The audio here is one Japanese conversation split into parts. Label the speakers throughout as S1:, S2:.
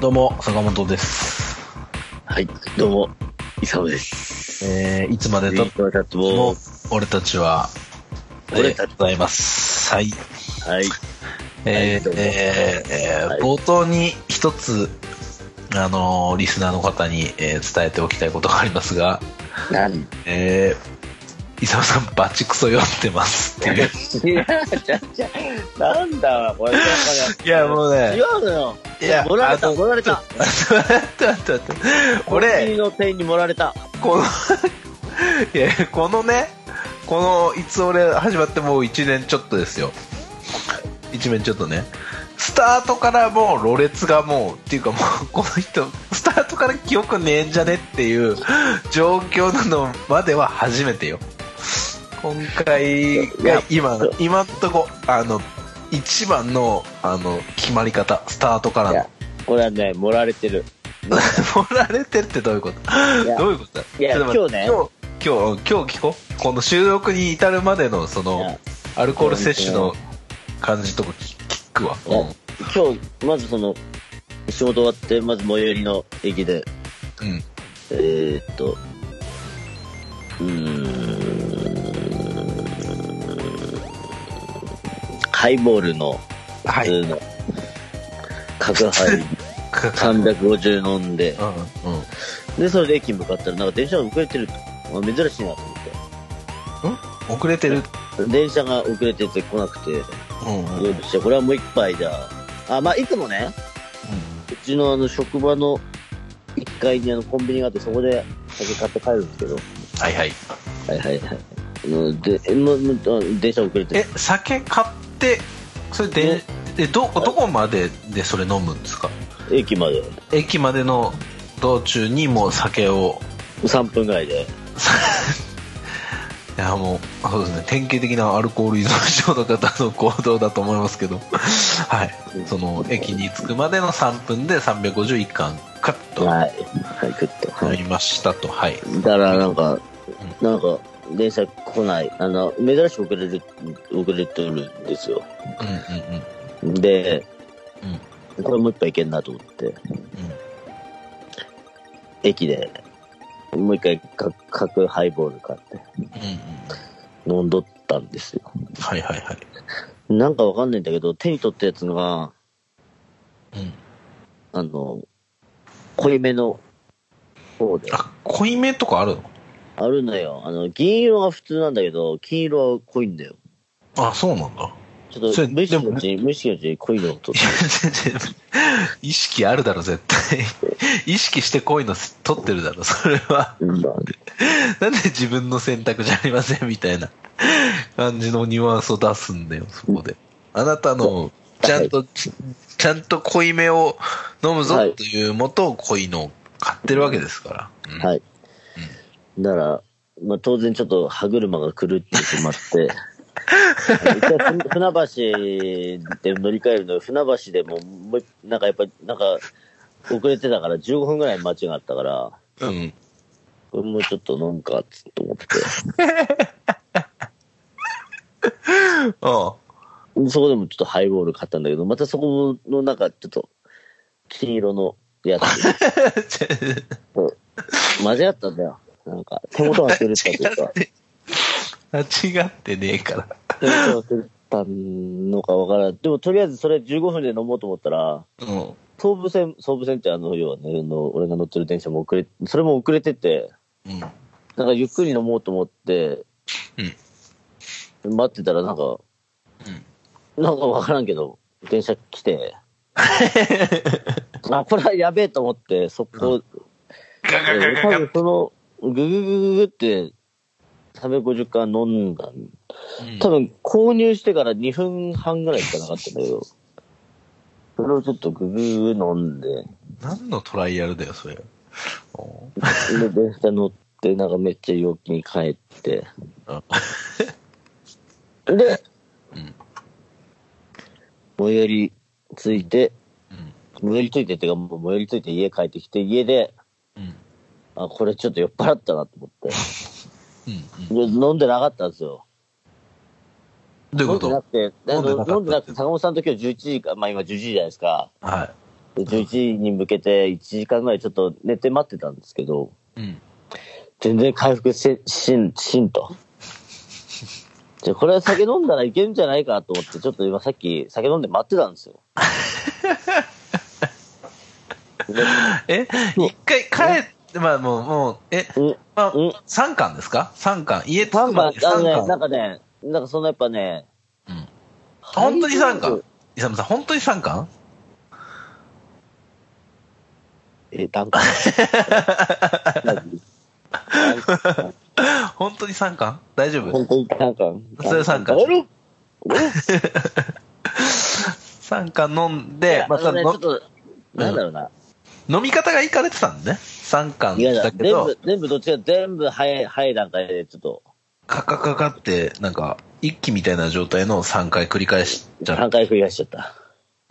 S1: どうも、坂本です。
S2: はい、どうも、イサムです。
S1: えー、いつまで
S2: ず
S1: たっ
S2: ってとわたって
S1: も
S2: も、、
S1: 俺たちは、
S2: 俺たち
S1: えーございます。はい。
S2: はい、
S1: えー
S2: どうも
S1: えーえー
S2: はい
S1: 冒頭に一つ、あのーリスナーの方に、えー伝えておきたいことがありますが、
S2: なん
S1: えー、伊沢さん、バチクソ酔ってますっていう。
S2: いや、ちゃちゃ、なんだ、これ。
S1: いや、もう
S2: 違
S1: ね、
S2: うのよ。
S1: いや、
S2: 盛られた、
S1: あの
S2: 盛られた。
S1: ちょっと待って待って待って。
S2: コンビ
S1: 俺
S2: ニ、の店員に盛られた。
S1: この いやこのねこのいつ俺始まってもう1年ちょっとですよ1年ちょっとねスタートからもうろれつがもうっていうかもうこの人スタートから記憶ねえんじゃねっていう状況なのまでは初めてよ今回が今今んとこあの一番のあの決まり方スタートから
S2: い
S1: の
S2: や、これはね、盛られてる。
S1: 盛られてるってどういうこと
S2: や
S1: どういうことだ
S2: いや
S1: ちょっと待って
S2: 今
S1: 今日、今日、今日聞こう。この収録に至るまでの、そ
S2: い
S1: の
S2: や、
S1: アルコール摂取の感じとか聞聞くわ。
S2: いや
S1: うん
S2: 今日、まずその、仕事終わって、まず最寄りの駅で、
S1: うん。
S2: えー、っと、うーん、ハイボールの、
S1: は
S2: 普
S1: い。
S2: 通の、角杯350飲んで、
S1: うん。うん。
S2: で、それで駅に向かったら、なんか電車が遅れてると。あ珍しいなと思
S1: 遅れてる。
S2: って。電車が遅れてて来なくて、
S1: うん。うん。
S2: 夜して、これはもう一杯だ。あ、まあ、いつもね、うちのあの、職場の1階にあの、コンビニがあって、そこで酒買って帰るんですけど、
S1: はいはい。
S2: はいはいはい。うんで、えもうもうあ電車遅れて
S1: え
S2: る。、
S1: 酒買って、それで
S2: ね、
S1: え、ど、どこまででそれ飲むんですか
S2: 駅まで。
S1: 駅までの道中にもう酒を、
S2: 3分ぐらいで。
S1: いやもうそうですね典型的なアルコール依存症の方の行動だと思いますけど はいその駅に着くまでの3分で351巻カッと
S2: はい。はい、グッと。はい
S1: 飲みましたとはい
S2: だからなんか、なんか、電車来ない。あの、珍しく遅れる、遅れてるんですよ。
S1: うんうんうん
S2: で、
S1: うん
S2: これもう一杯いけんなと思って、駅で、もう一回か、角ハイボール買って、
S1: うんうん
S2: 飲んどったんですよ。
S1: はいはいはい
S2: なんかわかんないんだけど、手に取ったやつが、
S1: うん
S2: あの、濃いめの方で、
S1: あ濃いめとかあるの
S2: あるのよ。あの、銀色が普通なんだけど、金色は濃いんだよ。
S1: あそうなんだ
S2: ちょっ
S1: それ
S2: と、無意識
S1: で
S2: の
S1: も
S2: うちに、無意識のうちに濃いのを取
S1: い
S2: っ
S1: や全然意識あるだろ絶対意識して濃いの取ってるだろそれは
S2: てうんだ。
S1: なんで自分の選択じゃありませんみたいな感じのニュアンスを出すんだよ、そこで。あなたの、ちゃんと、ちちゃんと濃いめを飲む
S2: は
S1: ぞ
S2: い
S1: というもとを濃いのを買ってるわけですから。うん
S2: はい。だから、まあ、当然ちょっと歯車が狂ってしまって、 一回ふ船橋で乗り換えるの船橋でももう、なんかやっぱり、なんか、遅れてたから、15分ぐらい待ちがあったから、
S1: うん。
S2: これもうちょっと飲むか、つと思って。
S1: あ
S2: そこでもちょっとハイボール買ったんだけど、またそこのなんかちょっと、金色のやつ、
S1: あ。
S2: 混ぜ合ったんだよ。なんか、手元が狂ったというか。
S1: 間違ってねえから。
S2: どうやってたのかわからん。でも、とりあえずそれ15分で飲もうと思ったら、
S1: うん。
S2: 総武線、総武線ってあの、要はね、あの俺が乗ってる電車も遅れ、それも遅れてて、
S1: うん。
S2: なんかゆっくり飲もうと思って、待ってたらなんか、なんかわからんけど、電車 来て、あ、これはやべえと思って、速攻、
S1: ガガガ
S2: え
S1: ガ
S2: 多
S1: ガ。うん。
S2: 分その、ぐぐぐぐぐって、350缶飲んだ。多分購入してから2分半ぐらいしかなかったんだけど、それをちょっとググー飲んで、
S1: 何のトライアルだよ、それ。おう
S2: で、電車乗って、なんかめっちゃ陽気に帰って、
S1: あ
S2: で、
S1: うん
S2: 最寄り着いて、
S1: うん
S2: 最寄り着いてっていうか、もう最寄り着いて家帰ってきて、家で、
S1: うん。
S2: あ、これちょっと酔っ払ったなと思 って、
S1: うん。うん
S2: で飲んでなかったんですよ。
S1: どういうこ
S2: 飲んでな
S1: と
S2: くて、あ
S1: 飲んでなかった
S2: の飲んでなくて、坂本さんと今日11時か、まあ今11時じゃないですか。
S1: は
S2: 11時に向けて1時間ぐらいちょっと寝て待ってたんですけど、
S1: うん。
S2: 全然回復せしん、し んと。じゃあこれは酒飲んだらいけるんじゃないかと思って、ちょっと今さっき酒飲んで待ってたんですよ。
S1: え、一回帰って、まあもう、もう、え、
S2: うん
S1: まあ
S2: うん、
S1: 3巻ですか ?3 巻。家と
S2: なんか、あのね、な
S1: 巻
S2: ん。かね、なんかそのやっぱね、
S1: うん本当に3
S2: ハイボー
S1: 巻
S2: ル
S1: イサムさん、本当に3巻
S2: え、段階。
S1: 本当に3巻大丈夫
S2: 本当になんか。
S1: それ三巻
S2: あれ
S1: ?3 巻飲ん
S2: い
S1: で
S2: や、
S1: まあ、
S2: あのね、ちょっ
S1: の
S2: と、なんだろうな。
S1: 飲み方がいかれてたんでね。3巻
S2: いやだ、
S1: だけ
S2: 全
S1: ど
S2: 部、、全部どっちか、全部早い、早い段階で、ちょっと、
S1: カカカカって、なんか、一気みたいな状態の3回繰り返しちゃって
S2: 3回繰り返しちゃった。
S1: っ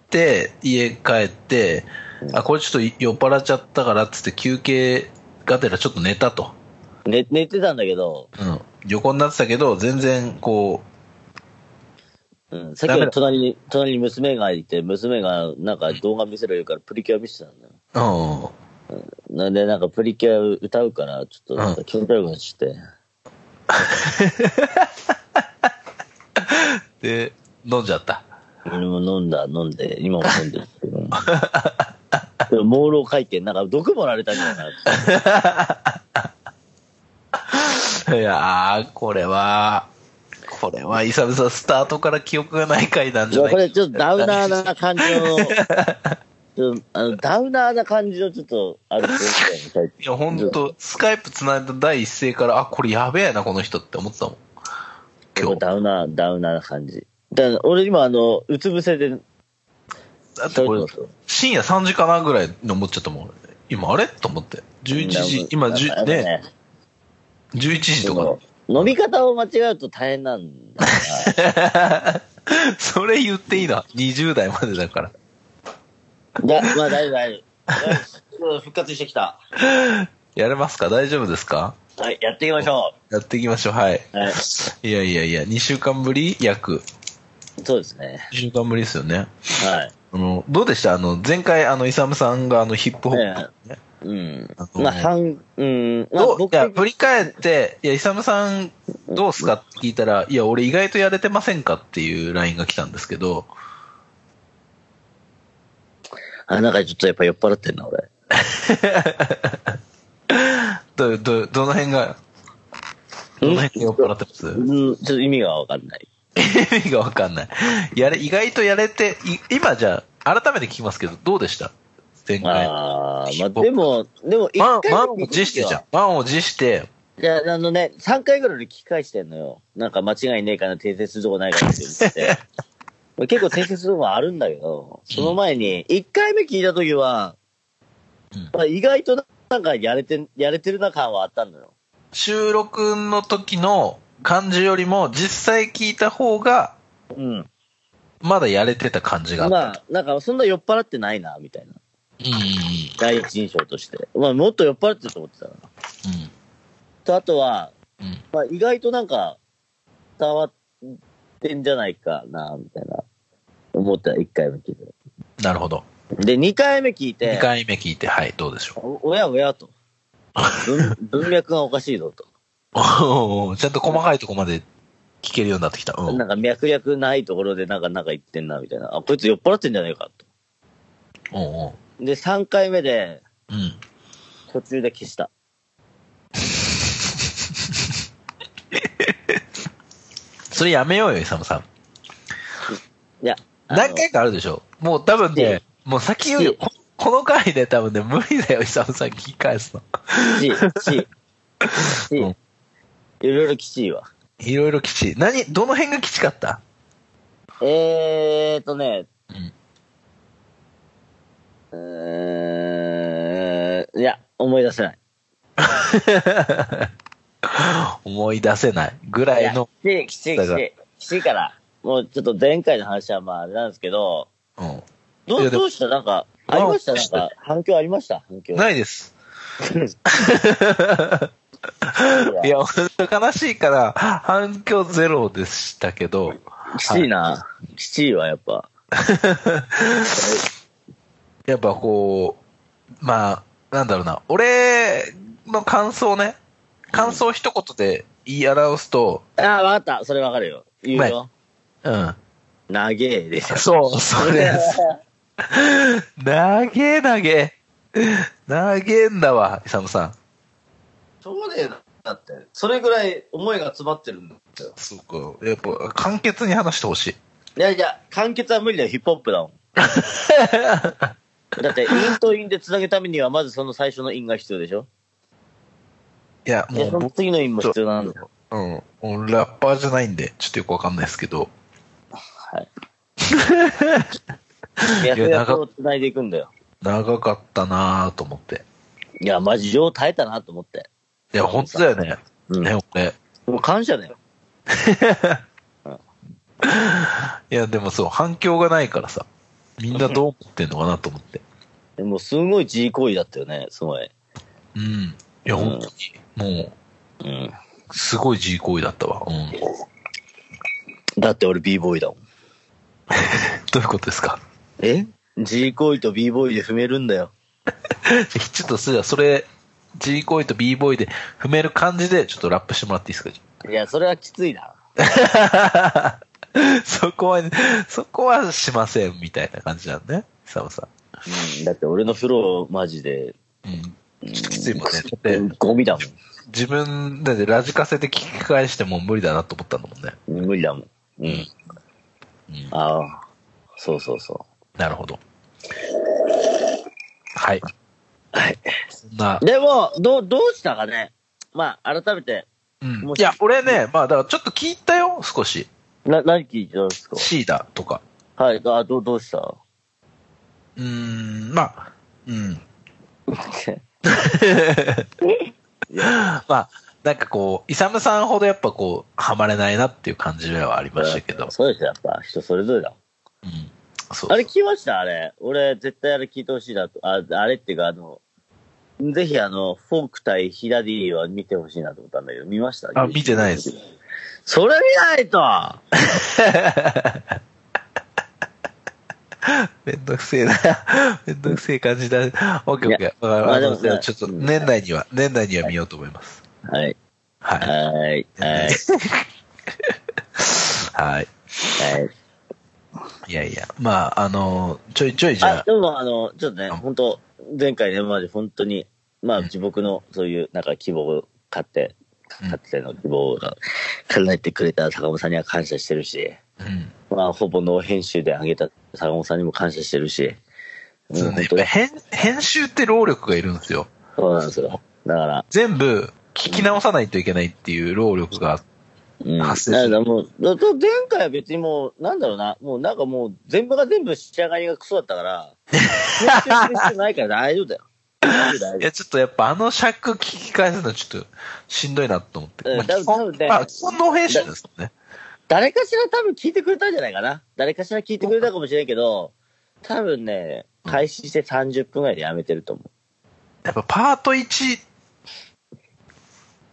S1: て家帰って、あ、これちょっと酔っ払っちゃったからっつって休憩がてらちょっと寝たと。
S2: 寝寝てたんだけど、
S1: うん。横になってたけど、全然こ
S2: うん、さっ
S1: ダメだ
S2: き隣に、隣に娘がいて、娘がなんか動画見せろ言うからプリキュア見せてたんだよ。
S1: う、うん。
S2: なんでなんかプリキュア歌うから、ちょっとなんか気持ち悪くなっちゃって。
S1: で、飲んじゃった。
S2: 俺も飲んだ、飲んで、今も飲んでるけど。でも、朦朧会見、なんか毒盛られたんじゃないかなって。
S1: いやー、これは、これは、イサムさん、スタートから記憶がない回なんじゃない
S2: これちょっとダウナーな感じの、ちょっとあのダウナーな感じのちょっと、あるみたいない
S1: や、ほんと、スカイプ繋いだ第一声から、あ、これやべえな、この人って思ってたもん。今
S2: こ
S1: 日。
S2: れダウナー、ダウナーな感じ。だから俺今、あの、うつ伏せで、
S1: だってこれ
S2: そうそうそう、
S1: 深夜3時かなぐらいに思っちゃったもん。今、あれと思って。11時、今、じゅ
S2: あの
S1: ね、11時とか。
S2: その飲み方を間違うと大変なんだか ら。
S1: それ言っていいな。20代までだから。
S2: いや、まあ大丈夫、大丈夫。よし 復活してきた。
S1: やれますか大丈夫ですか
S2: はい、やっていきましょ
S1: やっていきましょう。はい。
S2: う。はい、
S1: いやいやいや、2週間ぶり約。
S2: そうですね。
S1: 2週間ぶりですよね。
S2: はい。
S1: あの、どうでしたあの、前回、あの、イサムさんが、あの、ヒップホップ、ね。
S2: うん
S1: あ。の
S2: まあ、半、うん。ま
S1: ど
S2: あ、
S1: うい
S2: 僕
S1: や、振り返って、いや、イサムさん、どうっすかって聞いたら、いや、俺意外とやれてませんかっていうラインが来たんですけど、
S2: あ、なんかちょっとやっぱ酔っ払ってんな、俺。
S1: ど、ど、どの辺が、どの辺が酔っ払ってます
S2: うん、ちょっと意味がわかんない。
S1: 意味がわかんない。やれ、意外とやれて、い今じゃあ、改めて聞きますけど、どうでした前回。
S2: ああ、まあ、でも、でも、一
S1: 満
S2: 回
S1: 満を持してじゃん。満を持して、
S2: いや、あのね、3回ぐらいで聞き返してんのよ。なんか間違いねえかな、訂正するとこないかなって言 って。俺結構訂正するとこはあるんだけど、その前に、1回目聞いたときは
S1: うん、
S2: まあ、意外となんかやれて、やれてるな感はあったんだよ。
S1: 収録の時の感じよりも、実際聞いた方が、
S2: うん。
S1: まだやれてた感じがあった。
S2: まあ、なんかそんな酔っ払ってないな、みたいな。
S1: うんうん
S2: 第一印象として。まあ、もっと酔っ払ってると思ってたな。と、あとは、
S1: うん。うん。
S2: まあ、意外となんか、伝わってんじゃないかな、みたいな。思った、1回目聞いて。
S1: なるほど。
S2: で、2回目聞いて、
S1: 2回目聞いて、はい、どうでしょ
S2: おおやおやと。文 文脈がおかしいぞと。
S1: う。おーちゃんと細かいとこまで聞けるようになってきた。うん。
S2: なんか脈略ないところでなんかなんか言ってんなみたいな。あ、こいつ酔っ払ってんじゃねえか
S1: おうおう
S2: と。で、3回目で
S1: うん。
S2: 途中で消した。
S1: それやめようよ、イサムさん。
S2: いや、あの
S1: 何回かあるでしょ。もう多分ね
S2: で、
S1: もう先言うよ
S2: で。
S1: ここの回で多分ね、無理だよ、イサムさん聞き返すの。
S2: し、し、し、
S1: うん
S2: いろいろきちいわ。
S1: いろいろきちい。何、どの辺がきちかった
S2: えーとね、
S1: うん
S2: うーん、いや、思い出せない。
S1: 思い出せないぐら
S2: い
S1: い
S2: や、き
S1: の。
S2: ちい、きちい、き
S1: だか
S2: ち
S1: ら
S2: い。きちいから。もうちょっと前回の話はまああれなんですけど、
S1: うん。
S2: ど
S1: いうやでも
S2: どうしたなんか、ありました
S1: あ
S2: なんか、反響ありました反響。
S1: ないです。い
S2: いや、
S1: や、ほんと悲しいから、反響ゼロでしたけど、
S2: きちいな。きちいわ、やっぱ。
S1: やっぱこう、まあ、なんだろうな、俺の感想ね、感想一言で言い表すと、
S2: ああ、わかった。それわかるよ。言うよ。
S1: うん。
S2: 長えですよ。
S1: そう、それ。 投げ投げ。投げんだわ、イサムさん。
S3: しょうがねえな。だって、それぐらい思いが詰まってるんだよ。
S1: そうか。やっぱ、簡潔に話してほしい。
S2: いやいや、完結は無理だよ。ヒップホップ だもん。だって、インとインでつなぐためには、まずその最初のインが必要でしょ
S1: いや、も
S2: で、
S1: う
S2: その
S1: 僕、
S2: 次のインも必要なんだよ。
S1: うん。俺ラッパーじゃないんで、ちょっとよくわかんないですけど。
S2: や
S1: いや
S2: やをつないでいくんだよ。
S1: 長かったなぁと思って。
S2: いや、マジ情耐えたなと思って。
S1: いや、本当だよね。
S2: うん
S1: ね、俺。
S2: もう感謝だよ。
S1: いや、でもそう、反響がないからさ。みんなどう思ってんのかなと思って。
S2: でも、すごい自慰行為だったよね。すごい。
S1: うん。いや、
S2: うん
S1: 本当に、も
S2: うん。
S1: う、すごい自慰行為だったわ。 うん。ど
S2: だって俺 b ボーイだもん。
S1: ういうことですか
S2: え ?G 行為と b ボーイで踏めるんだよ。
S1: ちょっと、それじゃあそれ、自慰行為と b ボーイで踏める感じで、ちょっとラップしてもらっていいですか
S2: いや、それはきついな。
S1: そこは、そこはしませんみたいな感じなんね、久本さ
S2: うん、だって俺の風呂、マジで、
S1: ん。うん。ちょっときついもんね。だっ
S2: う
S1: て
S2: ん、ゴミだも
S1: 自分でラジカセで聞き返しても無理だなと思ったんだもんね。
S2: ん。無理だもん。うん。
S1: うん。
S2: ああ、そうそうそ
S1: なるほど。はい。
S2: はい。
S1: そんな
S2: う。、でも、どう、どうしたかね。まあ、改めて、
S1: うん
S2: も。し
S1: いや、俺ね、まあ、だからちょっと聞いたよ、少し。
S2: な、何聞いてたんですか
S1: シーダとか。
S2: はい、あ、どう、どうした
S1: うーん、まあ、うん。まあ、なんかこう、イサムさんほどやっぱこう、ハマれないなっていう感じはありましたけど。
S2: そうですよ、やっぱ、人それぞれだもん。
S1: うん。そう
S2: あれ聞きましたあれ。俺、絶対あれ聞いてほしいなと。あ、あれっていうか、あの、ぜひあの、フォーク対ヒダディは見てほしいなと思ったんだけど、見ました
S1: あ、見てないです。。
S2: それ見ないと
S1: めんどくせえな。 めんどくせえ感じだ。オッケーオッケー。
S2: ま
S1: あ
S2: あ
S1: あ
S2: でも
S1: の、じ
S2: ね
S1: ゃあちょっと年内には、年内には見ようと思います。
S2: はい。
S1: はい。
S2: はい。はい。
S1: はい。
S2: はい。
S1: いやいや。まあ、あの、ちょいちょいじゃ
S2: あ
S1: あ、、
S2: でもあの、ちょっとね、
S1: うん
S2: 本当前回ね、まで本当に、まあ
S1: うん
S2: 自僕のそういう、なんか希望を買って、
S1: うん
S2: かつての希望が叶えてくれた坂本さんには感謝してるし、
S1: うん。
S2: まあほぼノー編集で上げた坂本さんにも感謝してるし、も
S1: そううね
S2: 本当、に
S1: 編、編集って労力がいるんですよ。
S2: そうなんですよ。だから、
S1: 全部聞き直さないといけないっていう労力が、
S2: うん。だ
S1: 発生す
S2: か
S1: る
S2: らもう、だだ前回は別にもう、なんだろうな、もうなんかもう全部が全部仕上がりがクソだったから、編集する必要ないから大丈 夫だよ。大丈夫大丈夫
S1: いや、ちょっとやっぱあの尺聞き返すのちょっとしんどいなと思って。
S2: うん
S1: まあ、
S2: 多
S1: 基
S2: 分多
S1: 本
S2: 分ね
S1: まあ、基本の編集ですね。
S2: 誰かしら多分聞いてくれたんじゃないかな。誰かしら聞いてくれたかもしれんけど、多分ね、開始して30分ぐらいでやめてると思う。
S1: やっぱパート1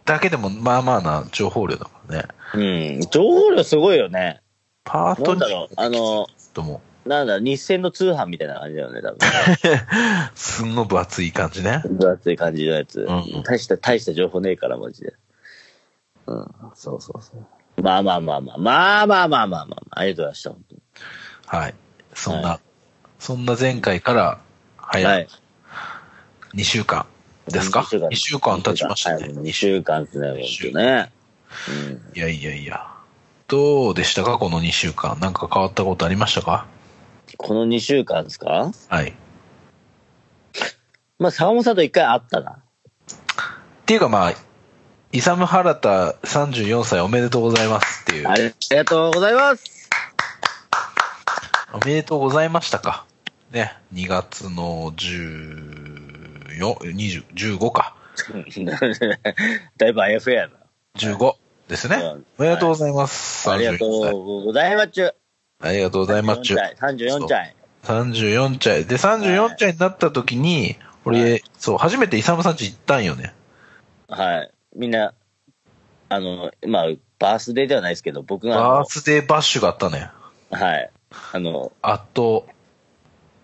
S1: だけでもまあまあな情報量だからね。
S2: うん。情報量すごいよね。
S1: パー
S2: な
S1: ト
S2: んだろう
S1: 2、
S2: あの、
S1: とも、
S2: なんだろう、日戦の通販みたいな感じだよね、多分。
S1: すんごい分厚い感じね。
S2: 分厚い感じのやつ。
S1: うん
S2: 大した、大した情報ねえから、マジで。うん。
S1: そうそうそう。
S2: まあまあまあまあ、まあまあまあまあまあ、ありがとうございました、本当に。
S1: はい。そんな、
S2: は
S1: そんな前回から、はい、
S2: はい。
S1: 2週間ですか ?2 週間経ちましたね。
S2: 2週間ですね、本当ね。うん。
S1: いやいやいや。どうでしたかこの2週間。なんか変わったことありましたか
S2: この2週間ですか
S1: はい。っ
S2: まあ、坂本さんと一回会ったな。
S1: ていうかまあ、イサム・ハラタ34歳おめでとうございますっていう。
S2: ありがとうございます。
S1: おめでとうございましたか。ね、2月の14、20 15か。
S2: だいぶあやふやな。
S1: 15ですね。
S2: うん
S1: おめでとうございます。
S2: ありがと
S1: 34歳
S2: うございまっちゅ。
S1: ありがとうございます。
S2: 34歳。
S1: 34歳。で、34歳になった時に、俺、そう、初めてイサムさんち行ったんよね。
S2: はい。みんな、あの、まあ、バースデーではないですけど、僕が
S1: バー、スデーバッシュがあったね。
S2: はい。あの、
S1: あと、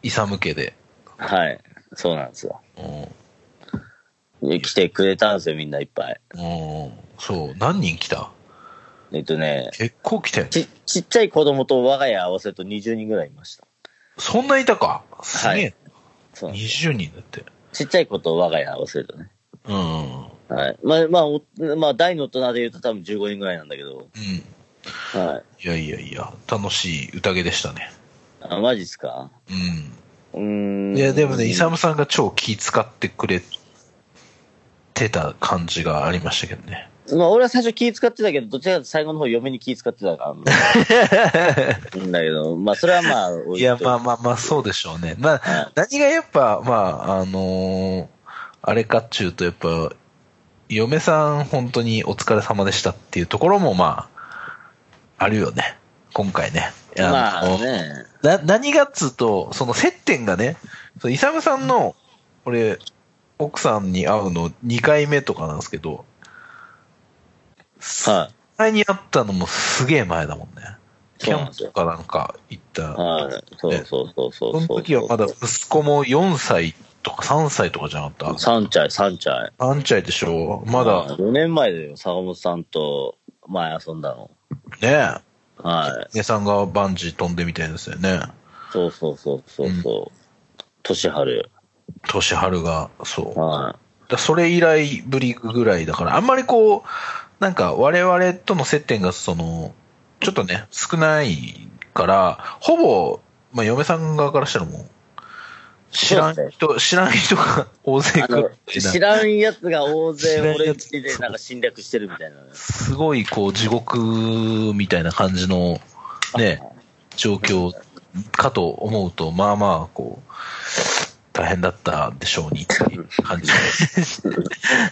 S1: イサム家で。
S2: はい。そうなんですよ。
S1: うん。
S2: で来てくれたんですよ、みんないっぱい。
S1: うん。そう。何人来た
S2: えっとね、
S1: 結構来てんの
S2: ち、ちっちゃい子供と我が家合わせると20人ぐらいいました。
S1: そんないたか。すげえ。
S2: そうなんです
S1: 20人だって。
S2: ちっちゃい子と我が家合わせるとね。
S1: うん。うん。
S2: はい。まあ、まあ、おまあ、大の大人で言うと多分15人ぐらいなんだけど、はい。
S1: いやいやいや、楽しい宴でしたね。
S2: あ、マジっすか
S1: う
S2: うーん。
S1: ん。いや、でもね、イサムさんが超気使ってくれてた感じがありましたけどね。
S2: まあ、俺は最初気使ってたけど、どちらかというと最後の方嫁に気使ってたか らうんだけど、まあ、それはまあ、
S1: い
S2: 置いと
S1: や、まあまあまあ、そうでしょうね。まあ、何がやっぱ、まあ、あのーあれかっちゅうと、やっぱ、嫁さん本当にお疲れ様でしたっていうところも、まあ、あるよね。今回ね。いや
S2: ま
S1: の
S2: あね。
S1: な、何がっつうと、その接点がね、そのイサムさんの、俺、奥さんに会うの2回目とかなんですけど、
S2: は
S1: 前に会ったのもすげえ前だもんね。キ
S2: そうなん
S1: ャン
S2: ですよ
S1: プかなんか行っ
S2: い。
S1: た。
S2: はい。そうそうそうそう
S1: そ
S2: そう。
S1: の時はまだ息子も4歳とか3歳とかじゃなかった
S2: 三チャイ、三チャイ。
S1: ?3 歳でしょま
S2: はい
S1: だ、
S2: 4年前だよ、坂本さんと前遊んだの。
S1: ね
S2: はい。
S1: 姉さんがバンジー飛んでみたいですよね。
S2: そうそうそうそうそう。年春。
S1: 年春が、そう。
S2: は
S1: だそれ以来ぶりぐらいだから、あんまりこう、なんか我々との接点がその、ちょっとね、少ないから、ほぼ、まあ嫁さん側からしたらもう、知らん
S2: そうで
S1: 人、知らん人が大
S2: い。
S1: 勢
S2: あ
S1: 来
S2: の
S1: る、みたい
S2: 知
S1: な、
S2: らんやつが大勢
S1: 知らんやつ
S2: 俺んちでなんか侵略してるみたいなね。
S1: すごいこう地獄みたいな感じのね、状況かと思うと、まあまあ、こう、大変だったでしょうにっていう感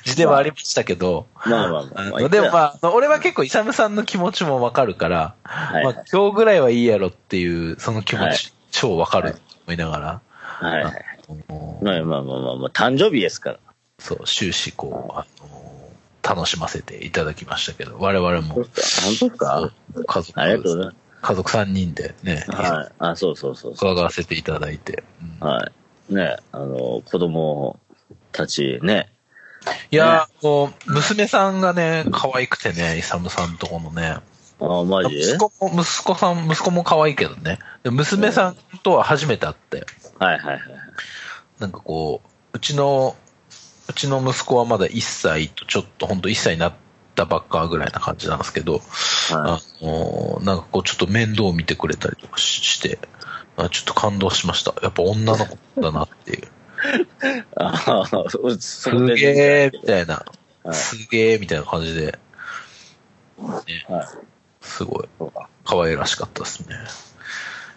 S1: じ ではありましたけど、
S2: まあまあま
S1: あ
S2: あ
S1: の
S2: まあ。
S1: でもまああの、俺は結構、イサムさんの気持ちもわかるから、
S2: はい
S1: まあ、今日ぐらいはいいやろっていう、その気持ち、
S2: はい
S1: 超わかると思いながら、
S2: はいはい。
S1: あの
S2: まあまあまあまあまあ、誕生日ですから。
S1: そう、終始こう、あの楽しませていただきましたけど、我々も、
S2: 本当ですか
S1: 家族、
S2: ありがとうござい
S1: 家族3人でね、
S2: ます。はい。あ、そうそうそうそ
S1: 伺わせていただいて。うん
S2: う。はい。ね、あの、子供たちね。
S1: いやー、こう、娘さんがね、可愛くてね、イサムさんとこのね、
S2: あ、マジ
S1: 息子も、息子さん、息子も可愛いけどね、で娘さんとは初めて会って、
S2: はいはいはい。
S1: なんかこう、うちの、うちの息子はまだ1歳とちょっと、ほんと1歳になったばっかぐらいな感じなんですけど、
S2: は
S1: あのーなんかこう、ちょっと面倒を見てくれたりとかしして、あちょっと感動しました。やっぱ女の子だなっていう。
S2: い。ああ、俺そこ
S1: す
S2: で
S1: げーみたいな。
S2: はい
S1: すげーみたいな感じで、
S2: はい。
S1: すごい
S2: そうか。
S1: 可愛らしかったですね。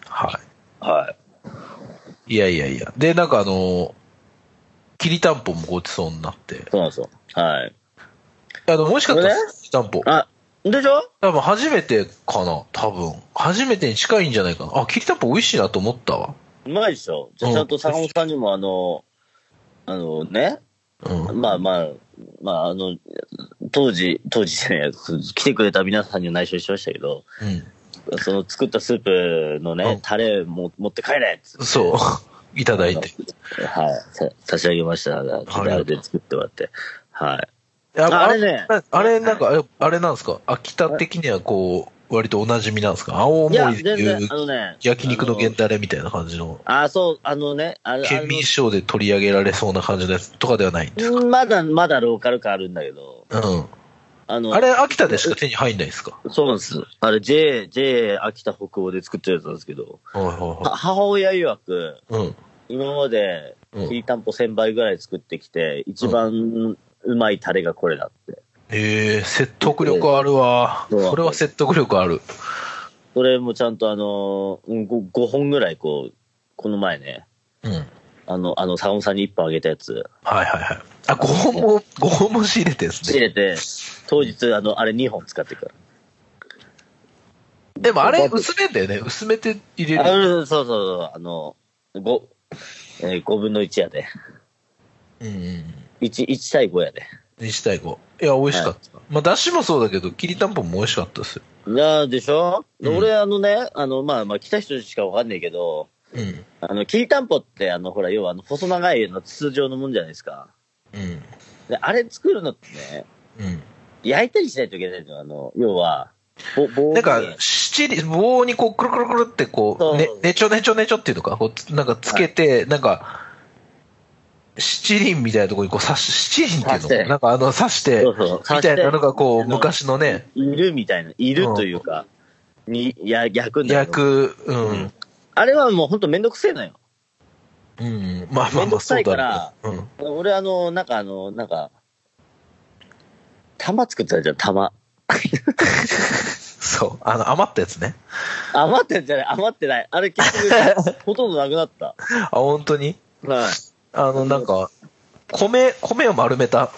S1: は
S2: はい。
S1: い。いやいやいや。で、なんかあのーきりたんぽもごちそうになって。
S2: そうなんですよ。はい。
S1: あの、美味しかったで
S2: こ
S1: す。きりたんぽ。
S2: あ、でしょ
S1: 多分初めてかな多分。初めてに近いんじゃないかな。あ、きりたんぽ美味しいなと思ったわ。
S2: うまいでしょじゃあちゃんと坂本さんにもあの、あのね、
S1: うん。
S2: まあまあ、まああの、当時、当時じゃないや、来てくれた皆さんには内緒にしましたけど、
S1: うん。
S2: その作ったスープの
S1: うん
S2: ね、タレも持って帰れっつっ
S1: そう。 いただいて。
S2: て、はい、さ差し上げましたから、
S1: はい
S2: タレで作ってもらって、はい。
S1: あ
S2: あれね
S1: あれ、あれなんか、あれあれなんですか秋田的にはこう、割とお馴染みなんですか青
S2: いや、
S1: 森でい
S2: 全然
S1: う、
S2: あのね、
S1: 焼肉の
S2: あ
S1: 原タレみたいな感じの、
S2: あ、そう、あのね、あれ、あ
S1: 県民賞で取り上げられそうな感じのやつとかではないんです
S2: のまだ、まだローカル感あるんだけど、
S1: うん。
S2: あの、
S1: あれ、秋田でしか手に入んないんですか
S2: そうなんです。あれ、J、J 秋田北欧で作ってるやつなんですけど、
S1: はいは
S2: は母親曰く、
S1: いはい。うん。
S2: 今まで、
S1: うん
S2: きりたんぽ1000杯ぐらい作ってきて、一番うまいタレがこれだって。
S1: ええ説得力あるわ。
S2: そう
S1: それは説得力ある。
S2: それもちゃんとあの、うんご 5, 本ぐらいこう、この前ね、
S1: うん。はい
S2: あの、あの、坂本さんに1本あげたやつ、
S1: はいはい。あ、5本も、5本も仕入れてるんです
S2: 仕入
S1: ね。
S2: れて、当日、あの、あれ2本使ってから。
S1: でもあれ、薄めんだよね。薄めて入れ
S2: あ
S1: る。
S2: うんそうそうそう、あの、5、えー、5分の1やで。
S1: うんうん。
S2: 1、1対5やで。
S1: 1対5。いや、美味しかった。まあ、だしもそうだけど、きりたんぽも美味しかったですよ。
S2: なあでしょ、
S1: うん
S2: 俺、あのね、あの、まあ、まあ、来た人しかわかんないけど、
S1: うん。
S2: あの、きりたんぽって、あの、ほら、要は、あの、細長いの筒状のもんじゃないですか。
S1: うん。
S2: で、あれ作るのってね、
S1: うん。
S2: 焼いたりしないといけないのよあの、要は、ぼ棒
S1: なんか
S2: で、
S1: 七輪、棒にこう、くるくるくるってこ
S2: そう
S1: う、ね、ねちょねちょねちょっていうのか、こうつ、なんかつけて、なんか、七輪みたいなところにこう刺し、七輪っていうのか
S2: 刺して
S1: なんかあの、刺して、
S2: そうそう刺して
S1: みたいなのがこ
S2: あ
S1: う、
S2: の
S1: 昔のね、
S2: いるみたいな、いるというか、に、や、焼くんだけ
S1: 焼
S2: ど。
S1: く、うん。
S2: あれはもうほんとめんどくせえのよ。
S1: うん。まあま
S2: め
S1: あま
S2: んど
S1: あ、
S2: く
S1: そ
S2: さ
S1: う
S2: いか
S1: だ
S2: ら
S1: ろうね。
S2: 俺、あの、なんかあの、なんか、玉作ってたじゃん、玉。
S1: そう。あの、余ったやつね。
S2: 余ってんじゃない余ってない。あれ結 局、ほとんどなくなった。
S1: あ、本当に
S2: はい。
S1: あの、なんか、米、米を丸めた、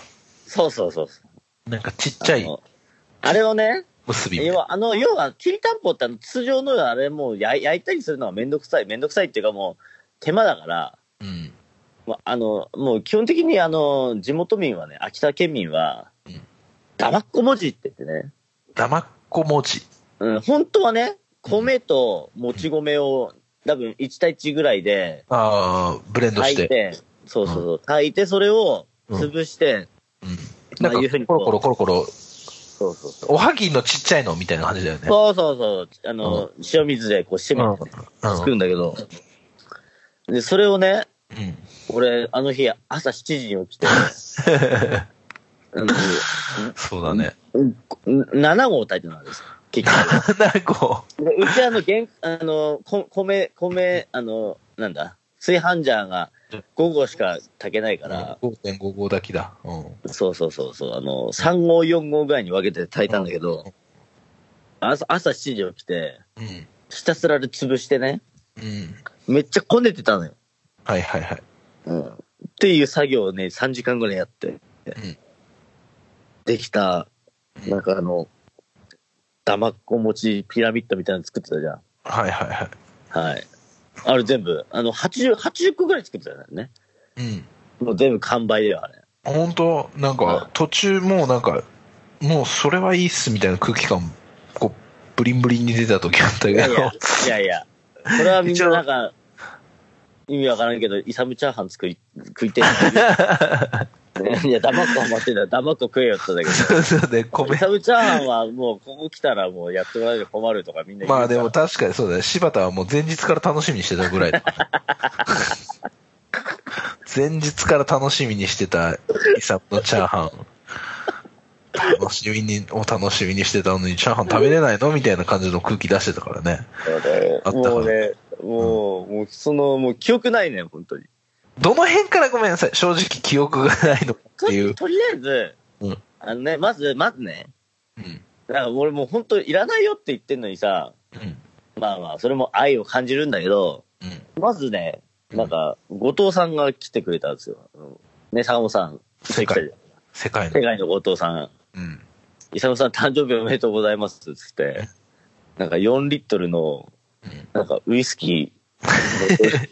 S2: そうそうそうそう。
S1: なんかちっちゃ
S2: あ
S1: い
S2: のあれをね、
S1: 結びみたい
S2: 要
S1: な。
S2: は、あの、要は、きりたんぽってあの、通常のあれもう焼い焼いたりするのはめんどくさい。めんどくさいっていうかもう、手間だから、
S1: うん。
S2: まあ、あの、もう基本的にあの、地元民はね、秋田県民は
S1: うん、
S2: だまっこ文字って言ってね、
S1: だまっこ餅。
S2: うん、本当はね、米ともち米を、多分1対1ぐらいで
S1: ああ、ブレンドし
S2: 炊い
S1: て。
S2: て、そうそうそう、炊いてそれを潰して、
S1: うん。
S2: まあ
S1: なん
S2: いうふう
S1: か、
S2: に
S1: コ
S2: こう
S1: ロコロコロコロ、
S2: そうそうそう。
S1: おはぎのちっちゃいのみたいな感じだよね。
S2: そうそうそう、あの、塩水でこう締めて
S1: うん
S2: 作るんだけど、で、それをね、
S1: うん。
S2: 俺、あの日、朝7時に起きて、
S1: そうだね。
S2: 7号炊いてたんですよ結局。
S1: なん かこ
S2: でうちあの、げんあの、こ米、米、あの、なんだ、炊飯ジャーが5号しか炊けないか
S1: う、
S2: ら、
S1: 5.55だけだ。うん。
S2: そうそうそうそう、あの、3号、4号ぐらいに分けて炊いたんだけど、朝朝7時に起きて、
S1: うん。
S2: ひたすらで潰してね、
S1: うん。
S2: めっちゃこねてたのよ。
S1: はいはいはい。
S2: うんっていう作業をね、3時間ぐらいやって、
S1: ん
S2: できた、なんかあの、だまっこ餅ピラミッドみたいなの作ってたじゃん。
S1: はいはいは
S2: はい。あれ全部、あの、80、80個ぐらい作ってたんだよね。
S1: い。うん。
S2: もう全部完売だよ、あれ。
S1: 本当なんか、途中もうなんか、もうそれはいいっすみたいな空気感、こう、ブリンブリンに出た時あったけ
S2: い
S1: ど
S2: やい。や、いやいや。これはみんななんか、意味わからんけど、イサムチャーハン作り、食いて る。いや、だまっこは待ってんだよ。だまっこ食えよって言ったんだけ ど。
S1: そうそうね、
S2: イ
S1: 米。
S2: サムチャーハンはもう、ここ来たらもうやってもらえる困るとかみんな言うから
S1: まあでも確かにそうだね。柴田はもう前日から楽しみにしてたぐらい だ。前日から楽しみにしてたイサムのチャーハン。楽しみに、お楽しみにしてたのに、チャーハン食べれないのみたいな感じの空気出してたからね。
S2: そうだよ
S1: あったか
S2: もうね、もう、もうその、もう記憶ないね、本当に。
S1: どの辺からごめんなさい。正直記憶がないのかっていう
S2: と。とりあえず、
S1: うん
S2: あのね、まず、まずね、
S1: うん。
S2: だから俺もう本当いらないよって言ってんのにさ、
S1: うん。
S2: まあまあ、それも愛を感じるんだけど、
S1: うん。
S2: まずね、なんか、後藤さんが来てくれたんですよ。うんね、坂本さん。
S1: 世
S2: 来た
S1: 界
S2: じ。
S1: 世界
S2: ゃん世
S1: の。
S2: 界の後藤さん。
S1: うん。
S2: 伊佐さん誕生日おめでとうございますっつって、なんか4リットルの
S1: うん、
S2: なんかウイスキ ー、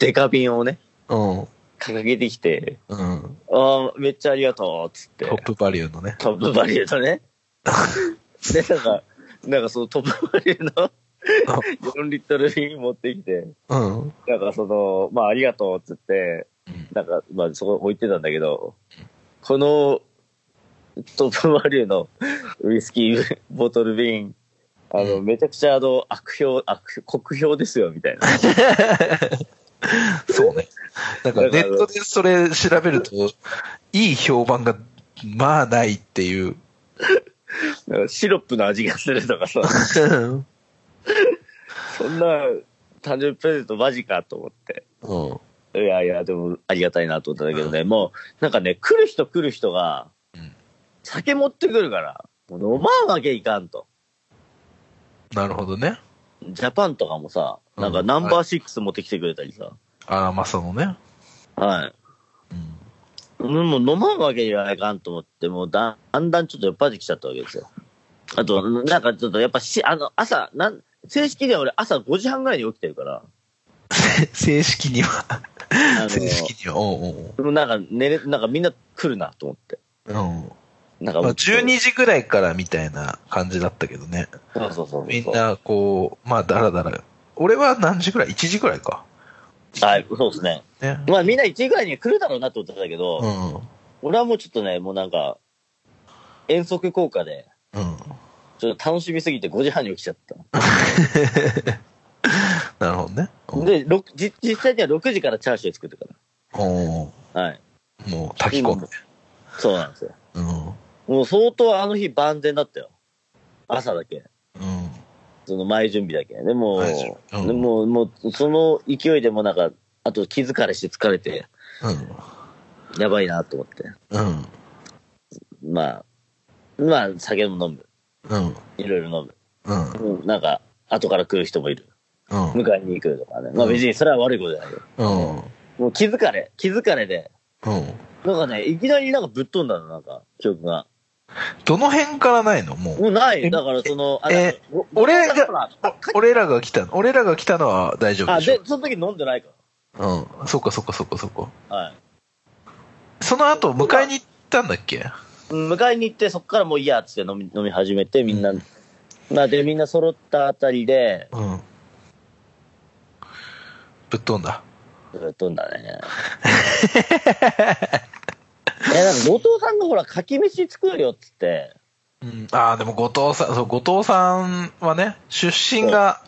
S2: デカ瓶をね、
S1: うん。
S2: 掲げてきて、
S1: うん。
S2: ああ、めっちゃありがとう、っつって。
S1: トップバリューの ね。
S2: トップバリュー のね。で、なんか、なんかそのトップバリューの4リットル瓶持ってきて、
S1: うん。
S2: なんかその、まあありがとう、っつって
S1: うん、
S2: なんか、まあそこ置いてたんだけど、このトップバリューのウイスキーボトル瓶、あの、めちゃくちゃあの、悪評、悪評、国評ですよ、みた いな。
S1: そうね。なんか
S2: だか
S1: ネ
S2: ら
S1: ットでそれ調べると、いい評判が、まあないっていう。
S2: なんかシロップの味がするとかさ。
S1: うん。
S2: そんな誕生日プレゼントマジかと思って。
S1: うん。
S2: いやいや、でもありがたいなと思ったんだけどね、もう、なんかね、来る人来る人が
S1: うん、
S2: 酒持ってくるから、もう飲まんわけいかんと。
S1: なるほどね。
S2: ジャパンとかもさ、なんか
S1: うん
S2: ナンバーシックス持ってきてくれたりさ、
S1: あら、まさのね。
S2: はい。
S1: うん。
S2: もう飲まんわけにはいかんと思って、もうだだんだんちょっと酔っ払ってきちゃったわけですよ。あと、なんかちょっとやっぱし、あの、朝、なん、正式には俺朝5時半ぐらいに起きてるから、
S1: 正式には、
S2: あ
S1: 正式には、うんうん
S2: の、なんか寝れ、なんかみんな来るなと思って。
S1: うん。うん。
S2: なんか
S1: ま
S2: もう
S1: あ、12時ぐらいからみたいな感じだったけどね。
S2: そうそうそうそう。
S1: みんな、こう、まあ、だらだら俺は何時ぐらい ?1 時ぐらいか。
S2: はい、そうですね。
S1: ね。
S2: まあみんな1位ぐらいに来るだろうなと思ってたけど、
S1: うん。
S2: 俺はもうちょっとね、もうなんか、遠足効果で、
S1: うん。
S2: ちょっと楽しみすぎて5時半に起きちゃった。
S1: なるほどね。うん
S2: で、ろくじ実際には6時からチャーシュー作ってか
S1: おー
S2: ら。はい。
S1: もう炊き込んで。
S2: そうなんですよ。
S1: うん。
S2: もう相当あの日万全だったよ。朝だけ。
S1: うん。
S2: その前準備だけ。でも、
S1: 前準備うん
S2: でも、もう、その勢いでもなんか、あと気疲れして疲れて、やばいなと思って。
S1: うん。うん。
S2: まあ、まあ、酒も飲む。
S1: うん。
S2: いろいろ飲む
S1: うん。。
S2: うんなんか、後から来る人もいる。
S1: うん。
S2: 迎えに来るとかね。まあ
S1: うん
S2: 別にそれは悪いことじゃないよ。
S1: うん。
S2: もう気疲れ、気疲れで、
S1: うん。
S2: なんかね、いきなりなんかぶっ飛んだの、なんか、記憶が。
S1: どの辺からないのもう。
S2: もうな
S1: え
S2: い。だからその、あ
S1: え
S2: ご
S1: 俺が
S2: ご飯だから
S1: 俺らが来たの、俺らが来たのは大丈夫
S2: あ、
S1: でしょ
S2: で、その時飲んでないか
S1: うん。そっかそっかそっかそっか。
S2: ら。はい。
S1: その後、迎えに行ったんだっけ
S2: 迎えに行って、そこからもういいやっつって飲み飲み始めて、みんな、まあで、みんな揃ったあたりで、
S1: うん。ぶっ飛んだ。
S2: ぶっ飛んだ ね。え、なんか後藤さんがほら、かき飯作るよっつって、
S1: うん、ああ、でも後藤さん、そう、後藤さんはね、出身が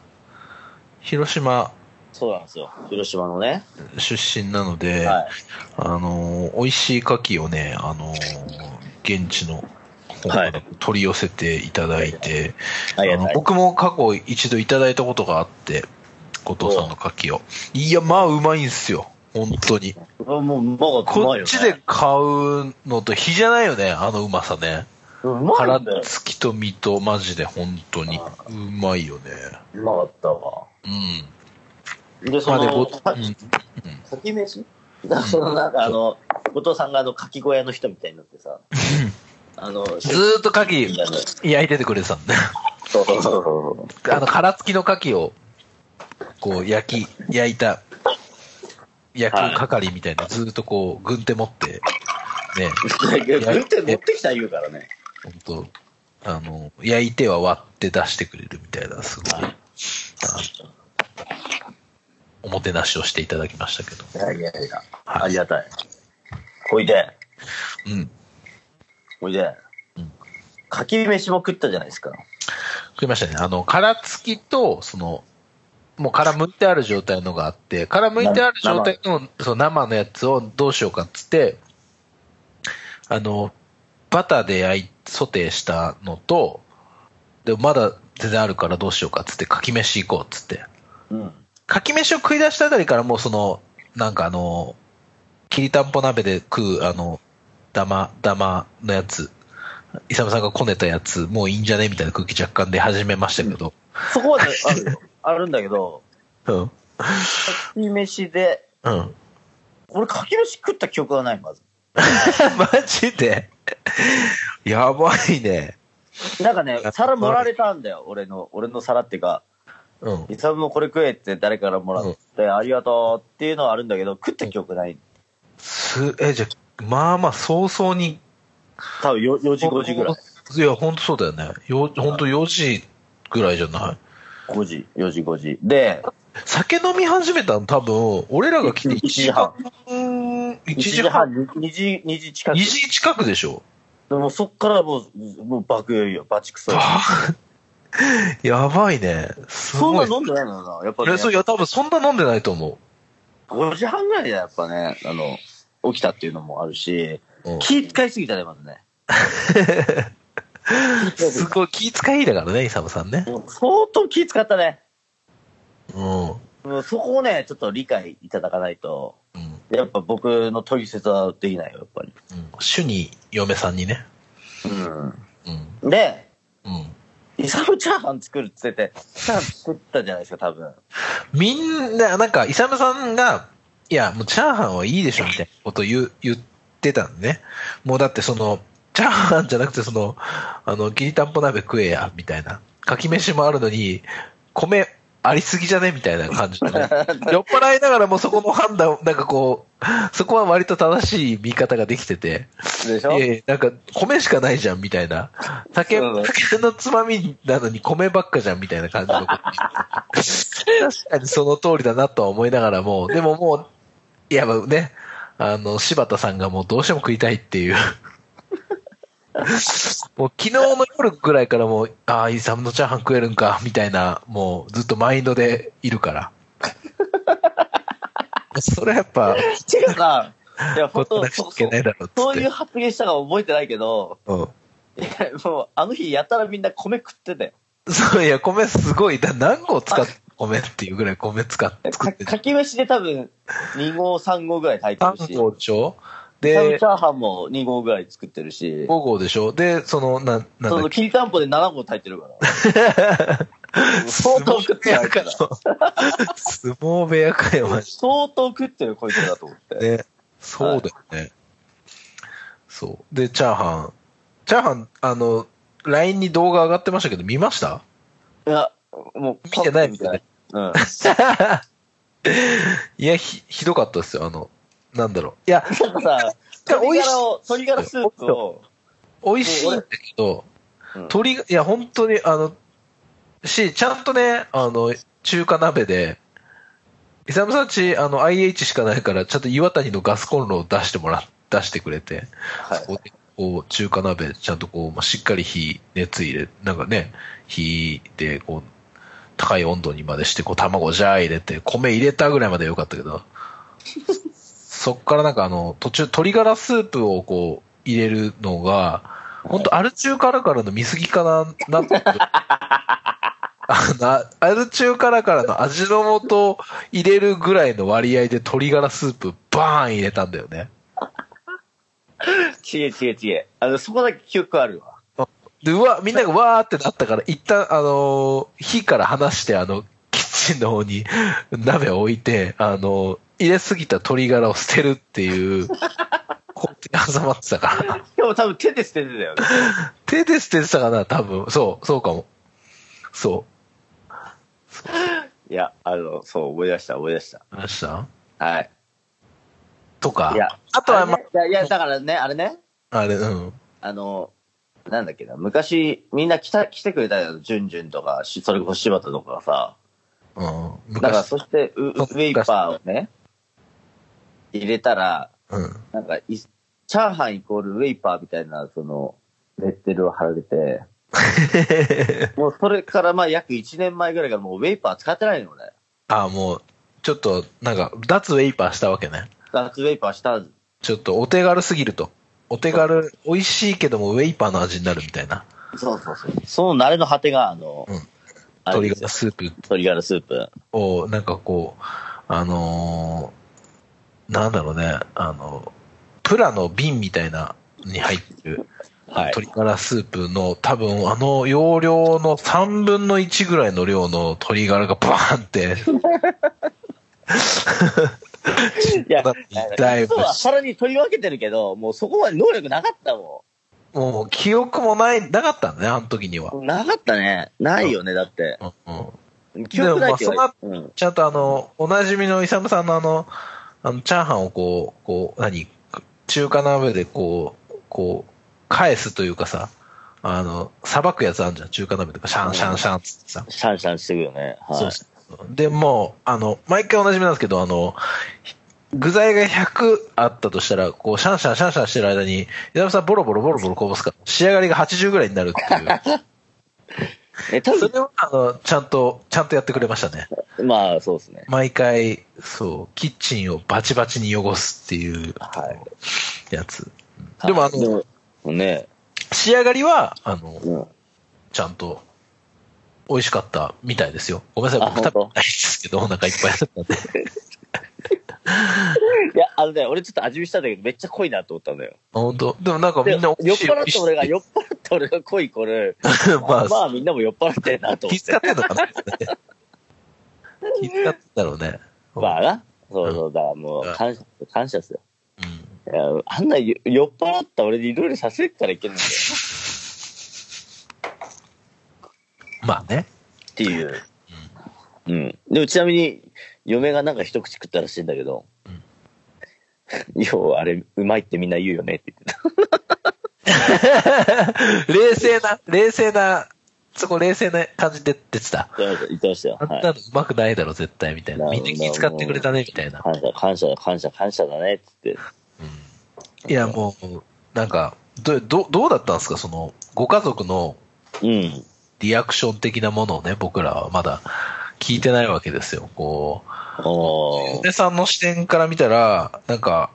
S1: 広島
S2: そうなんですよ。広島のね。
S1: 出身なので、
S2: はい。
S1: あのー、美味しい牡蠣をね、あのー、現地の方か
S2: は
S1: ら
S2: い
S1: 取り寄せていただいて、
S2: あり
S1: あ
S2: が
S1: の
S2: たい。
S1: 僕も過去一度いただいたことがあって、後藤さんの牡蠣を。いや、まあ、うまいんすよ。本当に。
S2: もう、もう、うま
S1: こ
S2: いよ、ね。
S1: っちで買うのと比じゃないよね、あのうまさね。
S2: うん、うまいんだ
S1: 殻
S2: よ。
S1: 付きと身とマジで本当に
S2: あ
S1: うまいよね。
S2: うまかったわ。
S1: うん。
S2: で、そ
S1: まあで
S2: の、
S1: ご、
S2: か
S1: うん、
S2: かき飯だからそのなんかあの、後藤さんがあの、かき小屋の人みたいになってさ、あの、
S1: ずーっと牡
S2: みたいな
S1: 蠣焼いててくれてたん で、
S2: そうそうそう そう。
S1: あの殻付きの牡蠣をこう焼き、焼いた、焼く係みたいな、ずーっとこう軍手持って、ね、
S2: 軍手持ってきた言うからね。
S1: ほんと、あの、焼いては割って出してくれるみたいな、すごい、あのおもてなしをしていただきましたけど。
S2: いやいやいや、ありがたい。ほいで、
S1: うん。
S2: ほいで、かき飯も食ったじゃないですか。
S1: 食いましたね。あの、殻付きと、その、もう殻剥いてある状態のがあって、殻剥いてある状態のその生のやつをどうしようかっつって、あの、バターで焼い、ソテーしたのと、でもまだ全然あるからどうしようかっつって、かき飯行こうっつって。
S2: うん。
S1: かき飯を食い出したあたりからもうその、なんかあの、きりたんぽ鍋で食う、あの、ダマ、ダマのやつ、イサムさんがこねたやつ、もういいんじゃねみたいな空気若干出始めましたけど。
S2: そこまであるよ。あるんだけど、
S1: うん。
S2: かき飯で、
S1: うん。
S2: 俺かき飯食った記憶がない、まず。
S1: マジで やばいね。
S2: なんかね、皿もられたんだよ、俺の、俺の皿っていうか、
S1: うん。
S2: イサムもこれ食えって誰からもらって、ありがとうっていうのはあるんだけど、食った記憶ない。
S1: す、え、じゃあ、まあまあ早々に。
S2: 多分よ4時、5時ぐらい。
S1: いや、ほんとそうだよね。よ、ほんと4時ぐらいじゃない
S2: 5時、4時、5時。で、
S1: 酒飲み始めたの多分、俺らが来て1時
S2: 1時
S1: 半
S2: 半、
S1: 1
S2: 1時
S1: 時半
S2: 半、2時、2時近く
S1: 2。時近くでしょ
S2: でもそっからもう、もう爆酔いよ、バチクソ。
S1: やばいね。す
S2: そん
S1: ご。
S2: ない飲んでないのよな、やっぱ
S1: い
S2: ね
S1: や、。そういや、多分そんな飲んでないと思
S2: 5時半ぐらいだ、やっぱね、あの、起きたっていうのもあるし、
S1: う。うん
S2: 気遣いすぎたね、ま ずね。
S1: すごい気遣いだからね、イサムさんね。
S2: もう相当気遣ったね。
S1: うん。うん。
S2: もうそこをね、ちょっと理解いただかないと、やっぱ僕の取説はできないよ、やっぱり。
S1: うん主に嫁さんにね。うん。
S2: うん。で、
S1: うん。
S2: イサムチャーハン作るって言ってて、チャーハン作ったじゃないですか、多分。
S1: みんな、なんか、イサムさんが、いや、もうチャーハンはいいでしょ、みたいなこと言う言ってたんでね。もうだってその、チャーハンじゃなくてその、あの、きりたんぽ鍋食えや、みたいな。かき飯もあるのに、米ありすぎじゃねみたいな感じで、ね。酔っ払いながらもそこの判断、なんかこう、そこは割と正しい見方ができてて。
S2: でし
S1: い
S2: ょ
S1: やいやなんか、米しかないじゃん、みたいな。酒、
S2: そうだね
S1: 酒のつまみなのに米ばっかじゃん、みたいな感じのこと確かにその通りだなとは思いながらも、でももう、いや、まあね、あの、柴田さんがもうどうしても食いたい っていう。もう昨日の夜ぐらいからもう、ああ、イサムのチャーハン食えるんか、みたいな、もうずっとマインドでいる から。それはやっぱ、
S2: てかさ、い や、
S1: こ
S2: 本
S1: と
S2: 当
S1: なきゃ
S2: そ
S1: いけないだろうっつって。
S2: そういう発言したか覚えてないけど、
S1: うん
S2: いや、もう、あの日やたらみんな米食ってたよ。
S1: そう、いや、米すごい。だ何合使って、米っていうぐらい米使って作
S2: か
S1: って
S2: かき飯で多分、2合、3合ぐらい炊いてるし、
S1: 3合でしょ
S2: サム
S1: で
S2: チ、ャーハンも2合ぐらい作ってる
S1: 5、
S2: し
S1: 合でしょで、その、な、なんだ
S2: そ
S1: っ
S2: の、
S1: け
S2: きりたんぽで7合炊いてるから。 相当食ってる
S1: 相
S2: あいつら
S1: 撲部屋かよ、マジ
S2: 相当食ってるこいつだと思って。
S1: で。そうだよね。そう。で、チャーハン。チャーハン、あの、LINE に動画上がってましたけど、見ました
S2: いや、もう、
S1: 見てない
S2: みたいな。うん。
S1: いや、ひ、ひどかったですよ。あの、なんだろう。いや、
S2: なんかさ、
S1: 美
S2: 鶏
S1: 味しい
S2: ガラを、鶏ガラスープを、
S1: 美味しいんだけど、
S2: うん
S1: 鶏が、いや、本当に、あの、し、ちゃんとね、あの、中華鍋で、イサムさんち、あの、IH しかないから、ちゃんと岩谷のガスコンロを出してもら、出してくれて、
S2: はい
S1: そこでこう、中華鍋、ちゃんとこう、まあ、しっかり火、熱入れ、なんかね、火で、こう、高い温度にまでして、こう、卵じゃー入れて、米入れたぐらいまではよかったけ ど、そっからなんかあの、途中、鶏ガラスープをこう、入れるのが、本当アル中からからの見過ぎかな、なって。 あの、アル中からからの味の素入れるぐらいの割合で鶏ガラスープバーン入れたんだよね。
S2: ちげえちげえちげえ。あの、そこだけ記憶あるわ。
S1: で、うわ、みんながわーってなったから、一旦、あのー火から離して、あの、キッチンの方に鍋を置いて、あのー入れすぎた鶏ガラを捨てるっていう、工程挟まってたから。
S2: でも多分手で捨ててたよね。
S1: 手で捨ててたかな、多分。そう、そうかも。そ
S2: いや、あの、そう、思い出した、思い出した。
S1: う。話した
S2: はい。
S1: とか
S2: いや。、
S1: あとは、
S2: れね
S1: ま、
S2: いや、いや、だからね、あれね、
S1: あれ、うん。
S2: あの、なんだっけな、昔、みんな来た、来てくれたよ、ジュンジュンとか、しそれこそ柴田とかがさ。
S1: うん。
S2: だから、
S1: 昔。
S2: そして、ウウ
S1: そっか
S2: ェイパーをね、入れたら、
S1: うん。
S2: なんかい、チャーハンイコールウェイパーみたいな、その、レッテルを貼ら れて、もうそれからまあ約1年前ぐらいからもうウェイパー使ってないのね。
S1: あ、もう、ちょっと、なんか、脱ウェイパーしたわけね。
S2: 脱ウェイパーしたん
S1: ちょっとお手軽すぎると。お手軽、美味しいけどもウェイパーの味になるみたいな。
S2: そうそうそう。その慣れの果てが、あの、
S1: うん
S2: あれ
S1: 鶏
S2: で
S1: ガ
S2: すよ
S1: ラスープ
S2: 鶏ガラスープ。
S1: を、なんかこう、あのーなんだろうね、あの、プラの瓶みたいな、に入ってる、
S2: はい。
S1: 鶏ガラスープの、多分あの容量の3分の1ぐらいの量の鶏ガラがバーンって、
S2: いや、
S1: だってだいぶ
S2: そうはさらに取り分けてるけど、もうそこまで能力なかったも
S1: もう記憶もない、なかったんだね、あの時には。
S2: ん。なかったね。ないよね、だって。
S1: うんうん
S2: 記憶ないけど
S1: でもまあ。
S2: うん。
S1: ちゃんとあの、おなじみのイサムさんのあの、あの、チャーハンをこう、こう、何、中華鍋でこう、こう、返すというかさ、あの、さばくやつあるじゃん、中華鍋とか、シャンシャンシャンっつってさ。
S2: シャンシャンしてくよね。はい。
S1: そうそうで、もう、あの、毎回おなじみなんですけど、あの、具材が100あったとしたら、こう、シャンシャンシャンシャンしてる間に、イサムさんボロボロボロボロこぼすから、仕上がりが80ぐらいになるっていう。
S2: え、 多
S1: そ
S2: 分
S1: れを、あの、ちゃんと、ちゃんとやってくれましたね。
S2: まあ、そうですね。
S1: 毎回、そう、キッチンをバチバチに汚すっていう
S2: はい。
S1: やつ。でもあの
S2: の、ね、
S1: 仕上がりは、あの、
S2: うん。
S1: ちゃんと、美味しかったみたいですよ。ごめんなさい、
S2: あ
S1: 僕食べ
S2: 本
S1: ないですけど、お腹いっぱいだったんで。
S2: いや、あのね、俺ちょっと味見したんだけど、めっちゃ濃いなと思ったんだよ。
S1: 本当でもなんか
S2: で
S1: みんな美
S2: 酔っ
S1: 味しい。
S2: 払って俺が、
S1: 美
S2: 酔っ払って俺が濃いこれ、
S1: 味しい まあ、
S2: まあみんなも酔っ払ってんなと思
S1: 気
S2: って
S1: 遣っ。てんのかな気遣ってんだろうね。
S2: まあな。そうそう、だからもう、感謝、感謝ですよ。
S1: うん
S2: いやあんな酔っ払った俺にいろいろさせるからいけないんだよ。
S1: まあね。
S2: っていう。うん。でもちなみに、嫁がなんか一口食ったらしいんだけど、 要はあれ、うまいってみんな言うよねって言ってた。
S1: 冷静な、冷静なそこ冷静な感じで出てた。
S2: 言ってましたよ。
S1: あん
S2: はい
S1: なのうまくないだろ、絶対、みたいな。
S2: なる
S1: みん
S2: ほど
S1: な気使ってくれたね、みたいな。
S2: 感謝、感謝、感謝、感謝だね、つって。
S1: いや、もう、なんか、ど、どどうだったんですかその、ご家族の
S2: うん。
S1: リアクション的なものをね、僕らはまだ聞いてないわけですよ。こう、
S2: お
S1: お
S2: ー。
S1: 姉さんの視点から見たら、なんか、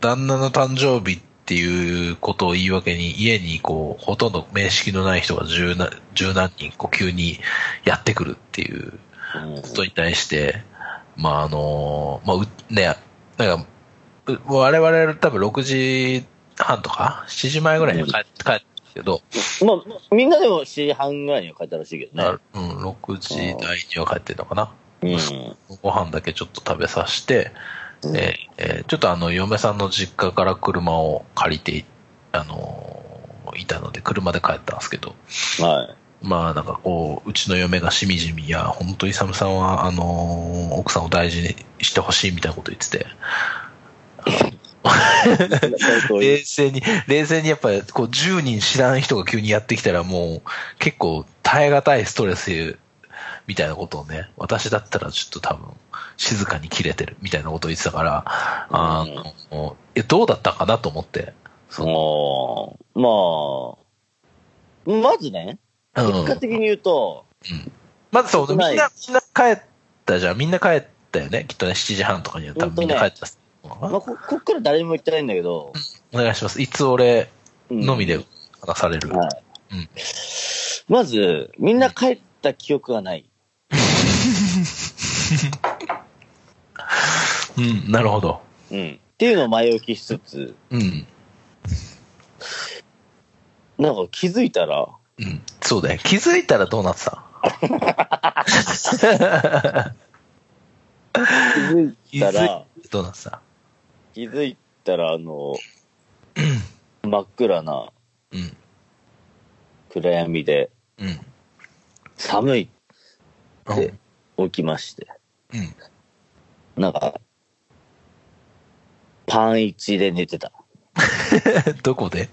S1: 旦那の誕生日っていうことを言い訳に、家にこう、ほとんど面識のない人が十何十何人、こう、急にやってくるっていう
S2: うん
S1: ことに対して、まあ、あの、まあ、うね、なんか、う我々多分6時半とか、7時前ぐらいには帰帰ってきたけど、
S2: まあ、みんなでも7時半ぐらいには帰ったらしいけどね。
S1: うん、6時台には帰ってたのかな。
S2: うん。
S1: ご飯だけちょっと食べさせて、
S2: うん
S1: えーえーちょっとあの、嫁さんの実家から車を借りてい、あのーいたので、車で帰ったんですけど、
S2: は
S1: まあなんかこう、うちの嫁がしみじみ、いや、本当イサムさんは、あのー奥さんを大事にしてほしいみたいなこと言ってて、
S2: い。そう
S1: 冷
S2: いう
S1: 静に、冷静にやっぱり、こう、10人知らん人が急にやってきたら、もう、結構耐え難いストレス、みたいなことをね、私だったらちょっと多分、静かに切れてる、みたいなことを言ってたから、あの、え、どうだったかなと思って。そ
S2: おーまあ、まずね、
S1: う
S2: 結果
S1: ん。
S2: 的に言うと、
S1: まずそう、みんな、
S2: 少
S1: みん
S2: ない
S1: な帰ったじゃん。みんな帰ったよね。きっとね、7時半とかには多分みんな帰ったっす。
S2: まあ、ここっから誰も言ってないんだけど、
S1: お願いします。いつ俺
S2: うん
S1: のみで話される。
S2: は
S1: う
S2: い
S1: ん。
S2: まず、みんな帰った記憶がない。
S1: うん、なるほど。
S2: うん。っていうのを前置きしつつ、
S1: うん。
S2: なんか気づいたら、
S1: うん、そうだよ。気づいたらどうなってた
S2: 気づいた
S1: 気づい
S2: ら、
S1: どうなってた
S2: 気づいたら、あの、真っ暗な
S1: うん。
S2: 暗闇で
S1: うん。
S2: 寒い
S1: うん
S2: 起きまして、
S1: うん。
S2: なんか、パン一で寝てた。
S1: どこで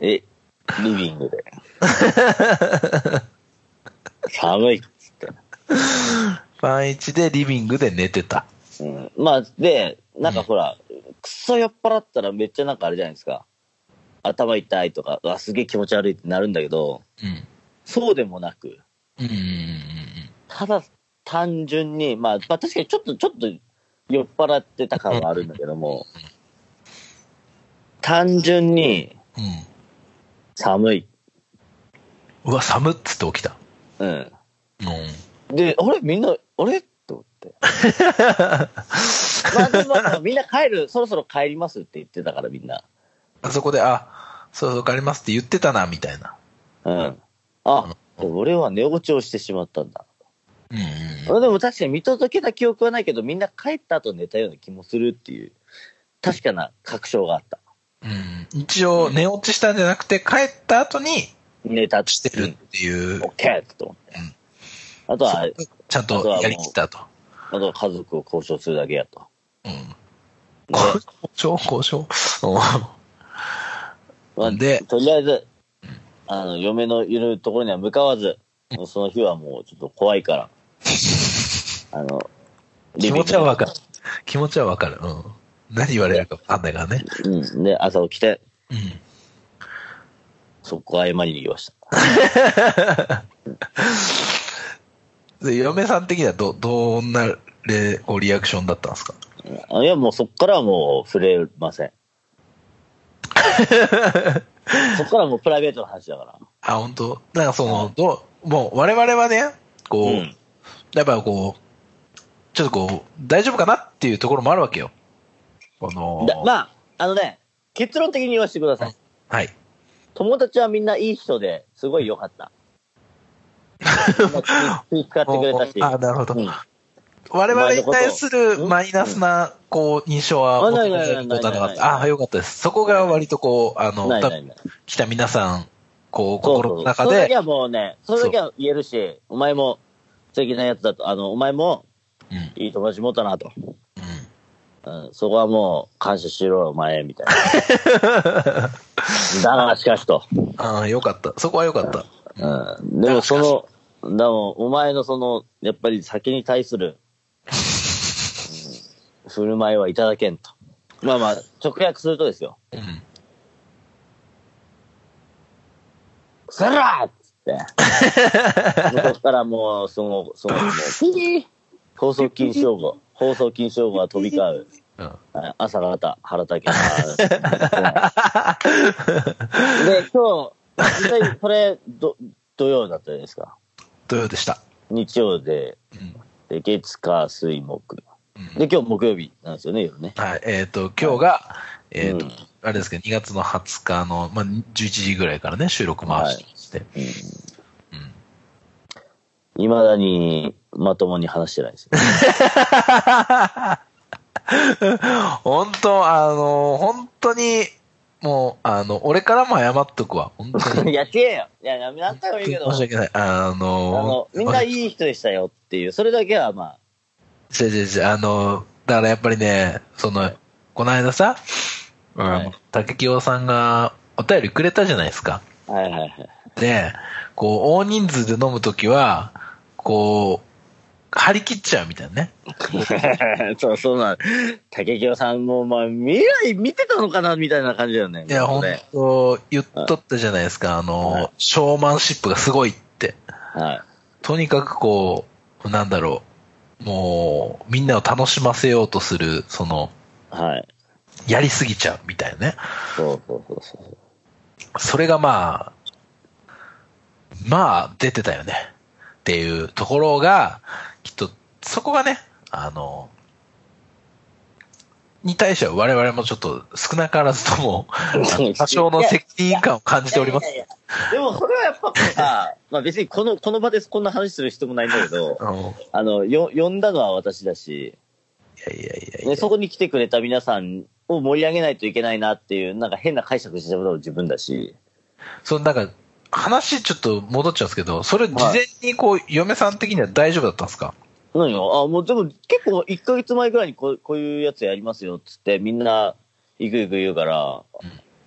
S2: え、リビン グで。寒いっつって。
S1: パン1でリビングで寝てた。
S2: うん、まあ、で、なん
S1: う
S2: か
S1: ん
S2: ほら、くそ酔っ払ったらめっちゃなんかあれじゃないですか。頭痛いとか、うわ、すげえ気持ち悪いってなるんだけど、
S1: うん。
S2: そうでもなく、
S1: うんうんうん
S2: ただ単純に、まあ、まあ確かにちょっと、ちょっと酔っ払ってた感はあるんだけども、単純に
S1: うんうん。
S2: 寒い。
S1: うわ、寒っつって起きた。
S2: うん。
S1: うん。
S2: で、あれみんな、あれと思って。まあでもまあみんな帰る、そろそろ帰りますって言ってたからみんな。
S1: あそこで、あ、そうそう、帰りますって言ってたな、みたいな。
S2: うん。あ、俺は寝落ちをしてしまったんだ。
S1: うんうんうん。
S2: でも確かに見届けた記憶はないけど、みんな帰った後寝たような気もするっていう、確かな確証があった。
S1: うん、一応、寝落ちしたんじゃなくて、帰った後に
S2: 寝た
S1: してるっていう
S2: オ、ッケーと思って。あとは、
S1: ちゃんとやりきったと。
S2: あとは家族を交渉するだけやと。
S1: うん。
S2: で
S1: 交渉、交渉。
S2: まあ
S1: で
S2: とりあえず、あの、嫁のいるところには向かわず、もうその日はもうちょっと怖 いから、あの、
S1: 気持ちはわかる
S2: リ。
S1: 気持ちはわかる。うん。何言われるかわかんないからね。
S2: ビングで。うん。で、朝起きて、
S1: うん。
S2: そこ謝りに行きました。
S1: で嫁さん的にはど、どんなレこうリアクションだったんですか
S2: あいや、もうそこからはもう触れ ません。そこからはもうプライベートの話だから。
S1: あ、本当なんかその、どう、もう我々はね、こう、
S2: うん
S1: やっぱこう、ちょっとこう、大丈夫かなっていうところもあるわけよ。この、
S2: だまあ、あのね、結論的に言わせてください。
S1: はい。
S2: 友達はみんないい人で、すごい良かった。みんな気使ってくれたし。
S1: あ、なるほど。
S2: うん
S1: 我々に対するマイナスな、こう、印象は、
S2: あないないない
S1: 求めることはなかっ
S2: ないないない
S1: た。あ、よかったです。そこが割とこう、あの、
S2: ない
S1: 多
S2: ない
S1: 分
S2: ない。
S1: 来た皆さん、こう、
S2: そう
S1: 心
S2: そ
S1: の
S2: う。そ
S1: 中
S2: れだけ
S1: で、
S2: はもうね、それだけは言えるし、お前も素敵なやつだと、あの、お前も
S1: うんう
S2: いい友達持ったなと。
S1: ん
S2: うん、そこはもう感謝しろよ、お前、みたい な。だが、しかしと。
S1: ああ、よかった。そこはよかった。
S2: うん。でもその、でもお前のその、やっぱり酒に対す る、うん、振る舞いはいただけんと。まあまあ、直訳するとですよ。
S1: うん。
S2: くせらーっつって。 もうそこからもう、その、その、もう放送禁止用語、放送禁止用語が飛び交
S1: う
S2: う。
S1: ん
S2: はい朝方、原竹 が。で、今日、実際これ、ど、土曜だったじゃないですか。
S1: 土曜でした。
S2: 日曜で、
S1: うん
S2: で月、火、水、木。
S1: うん
S2: で、今日木曜日なんですよね、夜ね。
S1: はい、えっ、と、今日が、えっ、と、
S2: うん
S1: あれですけど、2月の20日の、まあ、11時ぐらいからね、収録回して、
S2: いまだにまともに話してないですよ。
S1: 本当、あの、本当に、もう、あの、俺からも謝っとくわ。本当に。
S2: いや、違えよ。いや、やめなった方がいいけど、
S1: 申 し訳ない。あ
S2: あ
S1: の
S2: の、、みんないい人でしたよっていう、それだけはまあ、
S1: 違う違う違う、あの、だからやっぱりね、その、この間さ、あの
S2: はい
S1: 竹清さんがお便りくれたじゃないですか。
S2: はいはいはい。
S1: で、こう、大人数で飲むときは、こう、張り切っちゃうみたいなね。
S2: そう、そうなの。竹清さんも、まあ、未来見てたのかなみたいな感じだよね。
S1: いや、本
S2: ね。
S1: 当言っとったじゃないですか。あ
S2: は
S1: の
S2: い、
S1: ショーマンシップがすごいって。
S2: は
S1: とにかくこう、なんだろう。もう、みんなを楽しませようとする、その、
S2: い。はい。
S1: やりすぎちゃうみたいなね。
S2: そうそうそうそう。
S1: それがまあ、まあ、出てたよね。っていうところが、きっと、そこがね、あの、に対しては我々もちょっと少なからずとも、あの多少の責任感を感じておりま
S2: い
S1: す。
S2: やいやいやでも、それはやっぱこうさ、 まあ別にこの、この場でこんな話する人もないんだけど、
S1: うん
S2: あの、よ、呼んだのは私だし、
S1: いやいやいやいや
S2: ね、そこに来てくれた皆さんを盛り上げないといけないなっていう、なんか変な解釈してしまうのも自分だし、
S1: そのなんか、話ちょっと戻っちゃうんですけど、それ事前にこう、嫁さん的には大丈夫だったんですか
S2: 何よあ、もうでも結構1ヶ月前ぐらいにこうこういうやつやりますよっつって、みんな、行く行く言うから、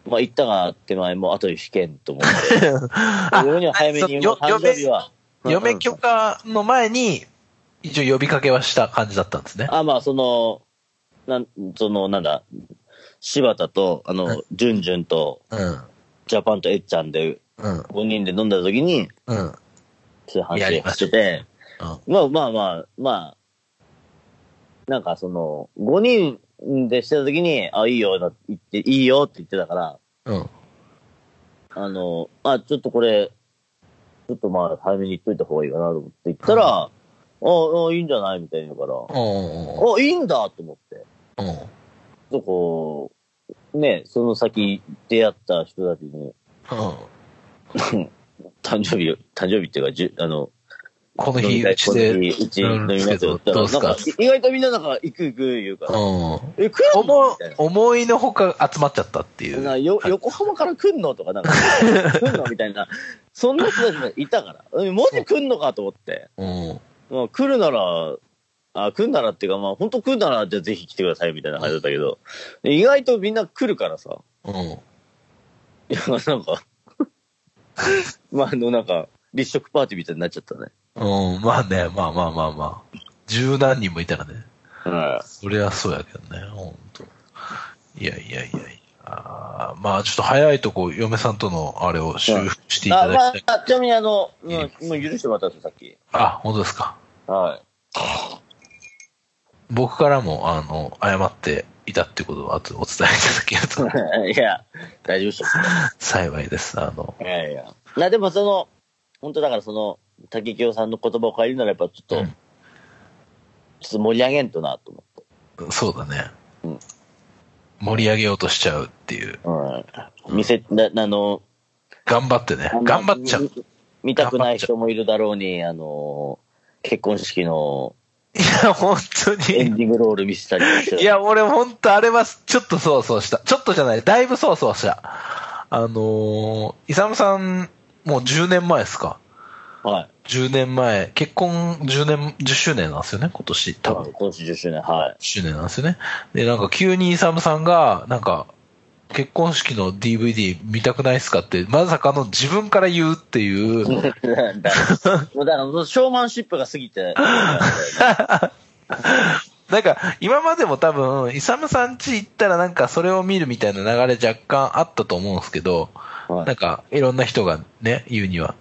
S2: まあ行ったが手前もう後で引けんと思って、 俺には早めに、もう
S1: よ
S2: 誕生日は。
S1: 嫁許可の前に、一応呼びかけはした感じだったんですね。
S2: あ、まあ、その、なん、その、なんだ、柴田と、あの、ジュンジュンと、
S1: うん。
S2: ジャパンとエッちゃんで、
S1: うん。
S2: 5人で飲んだ時に、
S1: うん。
S2: そういう
S1: や
S2: 話
S1: り
S2: を
S1: ま
S2: し
S1: した
S2: てて、
S1: うん
S2: まあまあまあ、まあ、なんかその、5人でしてた時に、あ、いいよ、な言って、いいよって言ってたから、
S1: うん。
S2: あの、あ、ちょっとこれ、ちょっとまあ、早めに言っといた方がいいかなと思って言ったら、ああ、いいんじゃないみたいな言うから、
S1: お
S2: あ、いいんだと思って。
S1: うん。うん。
S2: ちょっとこう、ね、その先出会った人たちに、誕生日、誕生日っていうか、じゅあの、
S1: この
S2: 飲
S1: 日、
S2: み会
S1: うちで、う
S2: この
S1: ん。
S2: 日うち飲みますよって言
S1: どうった
S2: っ
S1: す
S2: ら、なん
S1: か
S2: か意外とみんななんか、行く行く言うから、え、来るの
S1: 思
S2: み
S1: う
S2: たい
S1: 思いのほか集まっちゃったってい
S2: な。な
S1: う。
S2: よ横浜から来んのと か、なんか、来んのみたいな、そんな人たちがいたから、えマジ来んのかと思って、
S1: うん。
S2: まあ、来るなら、あ来るならっていうか、まあ、本当来るなら、じゃあぜひ来てくださいみたいな感じだったけど、意外とみんな来るからさ、
S1: うん。
S2: いや、なんか、 まあ、あの、なんか、立食パーティーみたいになっちゃったね。
S1: うん。まあね、まあまあまあまあ。十何人もいたらね。
S2: は
S1: そりゃそうやけどね、ほんと。いやいやいやいや。あーまあ、ちょっと早いとこ、嫁さんとのあれを修復して
S2: い。
S1: いた
S2: あ、
S1: だきたい。
S2: まあ、ちなみにあの、もう
S1: いい
S2: もう許してもらったんですよ、さっき。
S1: あ、本当ですか。
S2: は
S1: 僕からも、あの、謝っていたってことを、あとお伝えいただけると
S2: い。いや、大丈夫で し
S1: 幸いです。あの、
S2: た。いやいや。な、でもその、本当だからその、竹清さんの言葉を借りるならやっぱちょっと、
S1: うん
S2: ちょっと盛り上げんとな、と思って。
S1: そうだね。
S2: うん
S1: 盛り上げようとしちゃうっていう。
S2: うん。見せ、な、あの、
S1: 頑張ってね
S2: あん。ま
S1: 頑張っちゃう。い。
S2: 見たくない人もいるだろうに、あの、結婚式の
S1: や、本当
S2: エ
S1: に。
S2: ンディングロール見せたりして。
S1: いや、俺本当あれは、ちょっとそうそうした。ちょっとじゃない。だいぶそうそうした。あのー、イサムさん、もう10年前ですか。
S2: はい。
S1: 10年前、結婚10年、10周年なんですよね、今年。多分
S2: 今年10周年、はい。
S1: 周年なんですよね。で、なんか急にイサムさんが、なんか、結婚式の DVD 見たくないっすかって、まさかの自分から言うって いう、
S4: なんだ。
S2: もうだから、そのショーマンシップが過 ぎて、
S1: なんか今までも多分、イサムさん家行ったらなんかそれを見るみたいな流れ若干あったと思うんですけど、
S4: はい
S1: なんかいろんな人がね、言うには、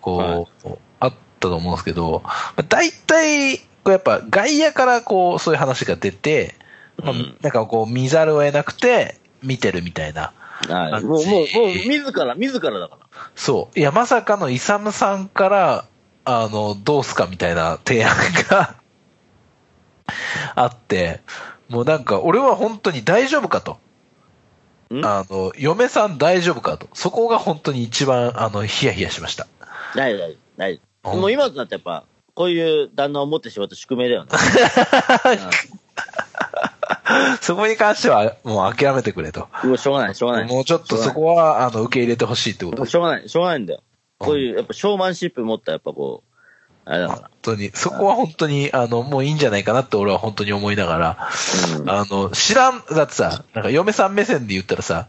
S1: こう、あったと思うんですけど、まあ、大体、こうやっぱ外野からこう、そういう話が出て、まあ
S4: うん
S1: なんかこう見ざるを得なくて見てるみたいな。
S4: はい。
S2: もう、もう、もう、自ら、自らだか
S1: そう。いや、まさかのイサムさんから、あの、どうすかみたいな提案が あって、もうなんか、俺は本当に大丈夫かと。
S2: ん
S1: あの、嫁さん大丈夫かと。そこが本当に一番、あの、ヒヤヒヤしました。
S4: ないないない。
S2: ら。もう今となってやっぱ、こういう旦那を持ってしまった宿命だよね。
S1: そこに関しては、もう諦めてくれと。
S2: もうしょうがない、しょうがない。
S1: もうちょっとそこは、あの、受け入れてほしいってこと。
S2: しょうがない、しょうがないんだよ。こういう、やっぱ、ショーマンシップ持った、やっぱこう、あれだ
S1: 本
S2: か
S1: 当に、そこは本当に、あの、もういいんじゃないかなって俺は本当に思いながら、あの、知らん、だってさ、なんか嫁さん目線で言ったらさ、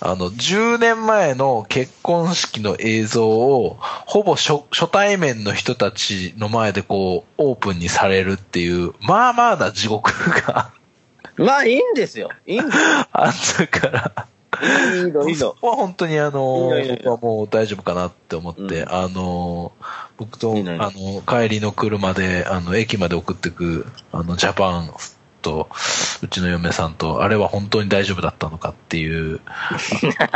S1: あの、10年前の結婚式の映像を、ほぼ初初対面の人たちの前でこう、オープンにされるっていう、まあまあな地獄が
S2: ら。まあ、いいんですよ。いいんですよ。
S1: あったから、
S2: いいの、いい
S1: そ
S2: の。
S1: こは本当にあの、
S2: いいのいいの
S1: 僕はもう大丈夫かなって思って、
S2: うん
S1: あの、僕と、
S2: いいのいいの
S1: あの、帰りの車で、あの、駅まで送ってく、あの、ジャパンと、うちの嫁さんと、あれは本当に大丈夫だったのかって いう。あれは奥さんは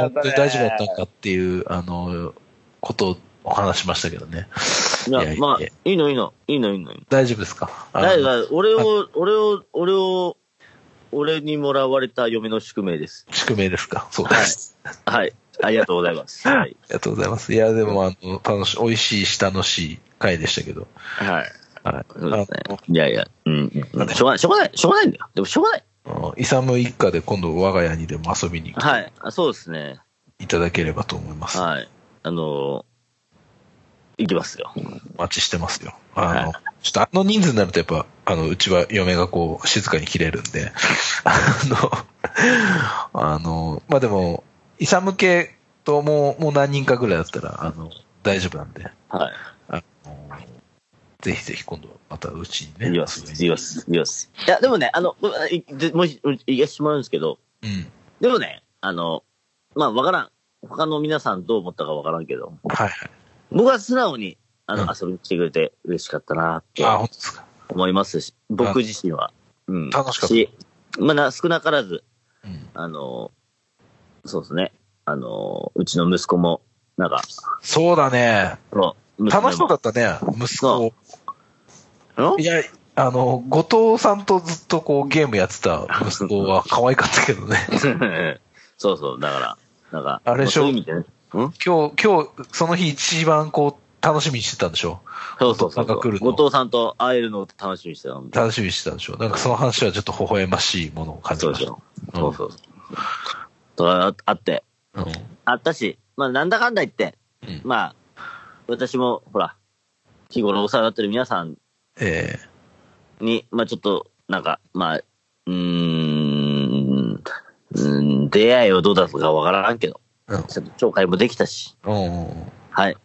S1: 本当に大丈夫だったのかっていう、あの、ことをお話しましたけどね。
S2: い
S1: いや
S2: や、
S1: いや
S2: まあ、いいの、いいの、いいの、いいの。いいの
S1: 大丈夫ですかあの
S2: だから、俺を、俺を、俺を、俺にもらわれた嫁の宿命です。
S1: 宿命ですかそうです。
S2: はい。ありがとうございます。はい。
S1: ありがとうございます。いや、でも、あの、楽しい、美味しい、下のしい回でしたけど。
S2: はい。
S1: はい。
S2: そうですね。いやいや、うん、うん。しょうがない、しょうがない、しょうがないんだよ。でも、しょうがない。
S1: あのイサム一家で今度我が家にでも遊びに来
S2: はい。あそうですね。
S1: ていただければと思います。
S2: はい。あのー、いきますよ。
S1: お待ちしてますよ。あの、
S2: は
S1: ちょっとあの人数になるとやっぱ、あの、うちは嫁がこう、静かに切れるん で、あの、あの、まあ、でも、イサム系ともう、もう何人かぐらいだったら、あの、大丈夫なんで、
S2: は
S1: あの、ぜひぜひ今度またうちに
S2: い。
S1: ね。
S2: いきます。
S1: 遊
S2: い
S1: びに
S2: きます。いきます。いや、でもね、あの、いでもう一、もう一言わせてもらうんですけど、
S1: うん。
S2: でもね、あの、まあ、わからん。他の皆さんどう思ったかわからんけど、
S1: はいはい。
S2: 僕は素直に、あ
S1: うん
S2: の、遊びに来てくれて嬉しかったなって。
S1: あ、本当ですか。
S2: 思いますし、僕自身は。うん、
S1: 楽しかった
S2: しまあな、少なからず、
S1: うん。
S2: あの、そうですね。あの、うちの息子も、なんか、
S1: そうだね。
S2: そう
S1: 楽しそうだ
S2: っ
S1: ったね、息子。
S2: たの
S1: いや、あの、後藤さんとずっとこうゲームやってた息子は可愛かったけどね。
S2: そうそう、だから、なんか、
S1: あれでしょ
S2: まそういう意味でね。
S1: 今日、今日、その日一番こう、楽しみにしてたんでしょ
S2: そうそうそ
S1: なんか来る
S2: う。
S1: の
S2: 後藤さんと会えるのを楽しみにしてたの。
S1: 楽しみにしてたんでしょなんかその話はちょっと微笑ましいものを感じ
S2: そう
S1: ま
S2: でし
S1: した。
S2: ょ。そうそうそう。とああって、
S1: うん。うん
S2: あったし、まあ、なんだかんだ言って、
S1: うん
S2: まあ、私も、ほら、日頃お世話になってる皆さん
S1: え
S2: に、まあちょっと、なんか、まあ、うーん、うーん、出会いはどうだったかわからんけど、
S1: えうん
S2: ちょっと紹介もできたし、
S1: うんうん。
S2: はい。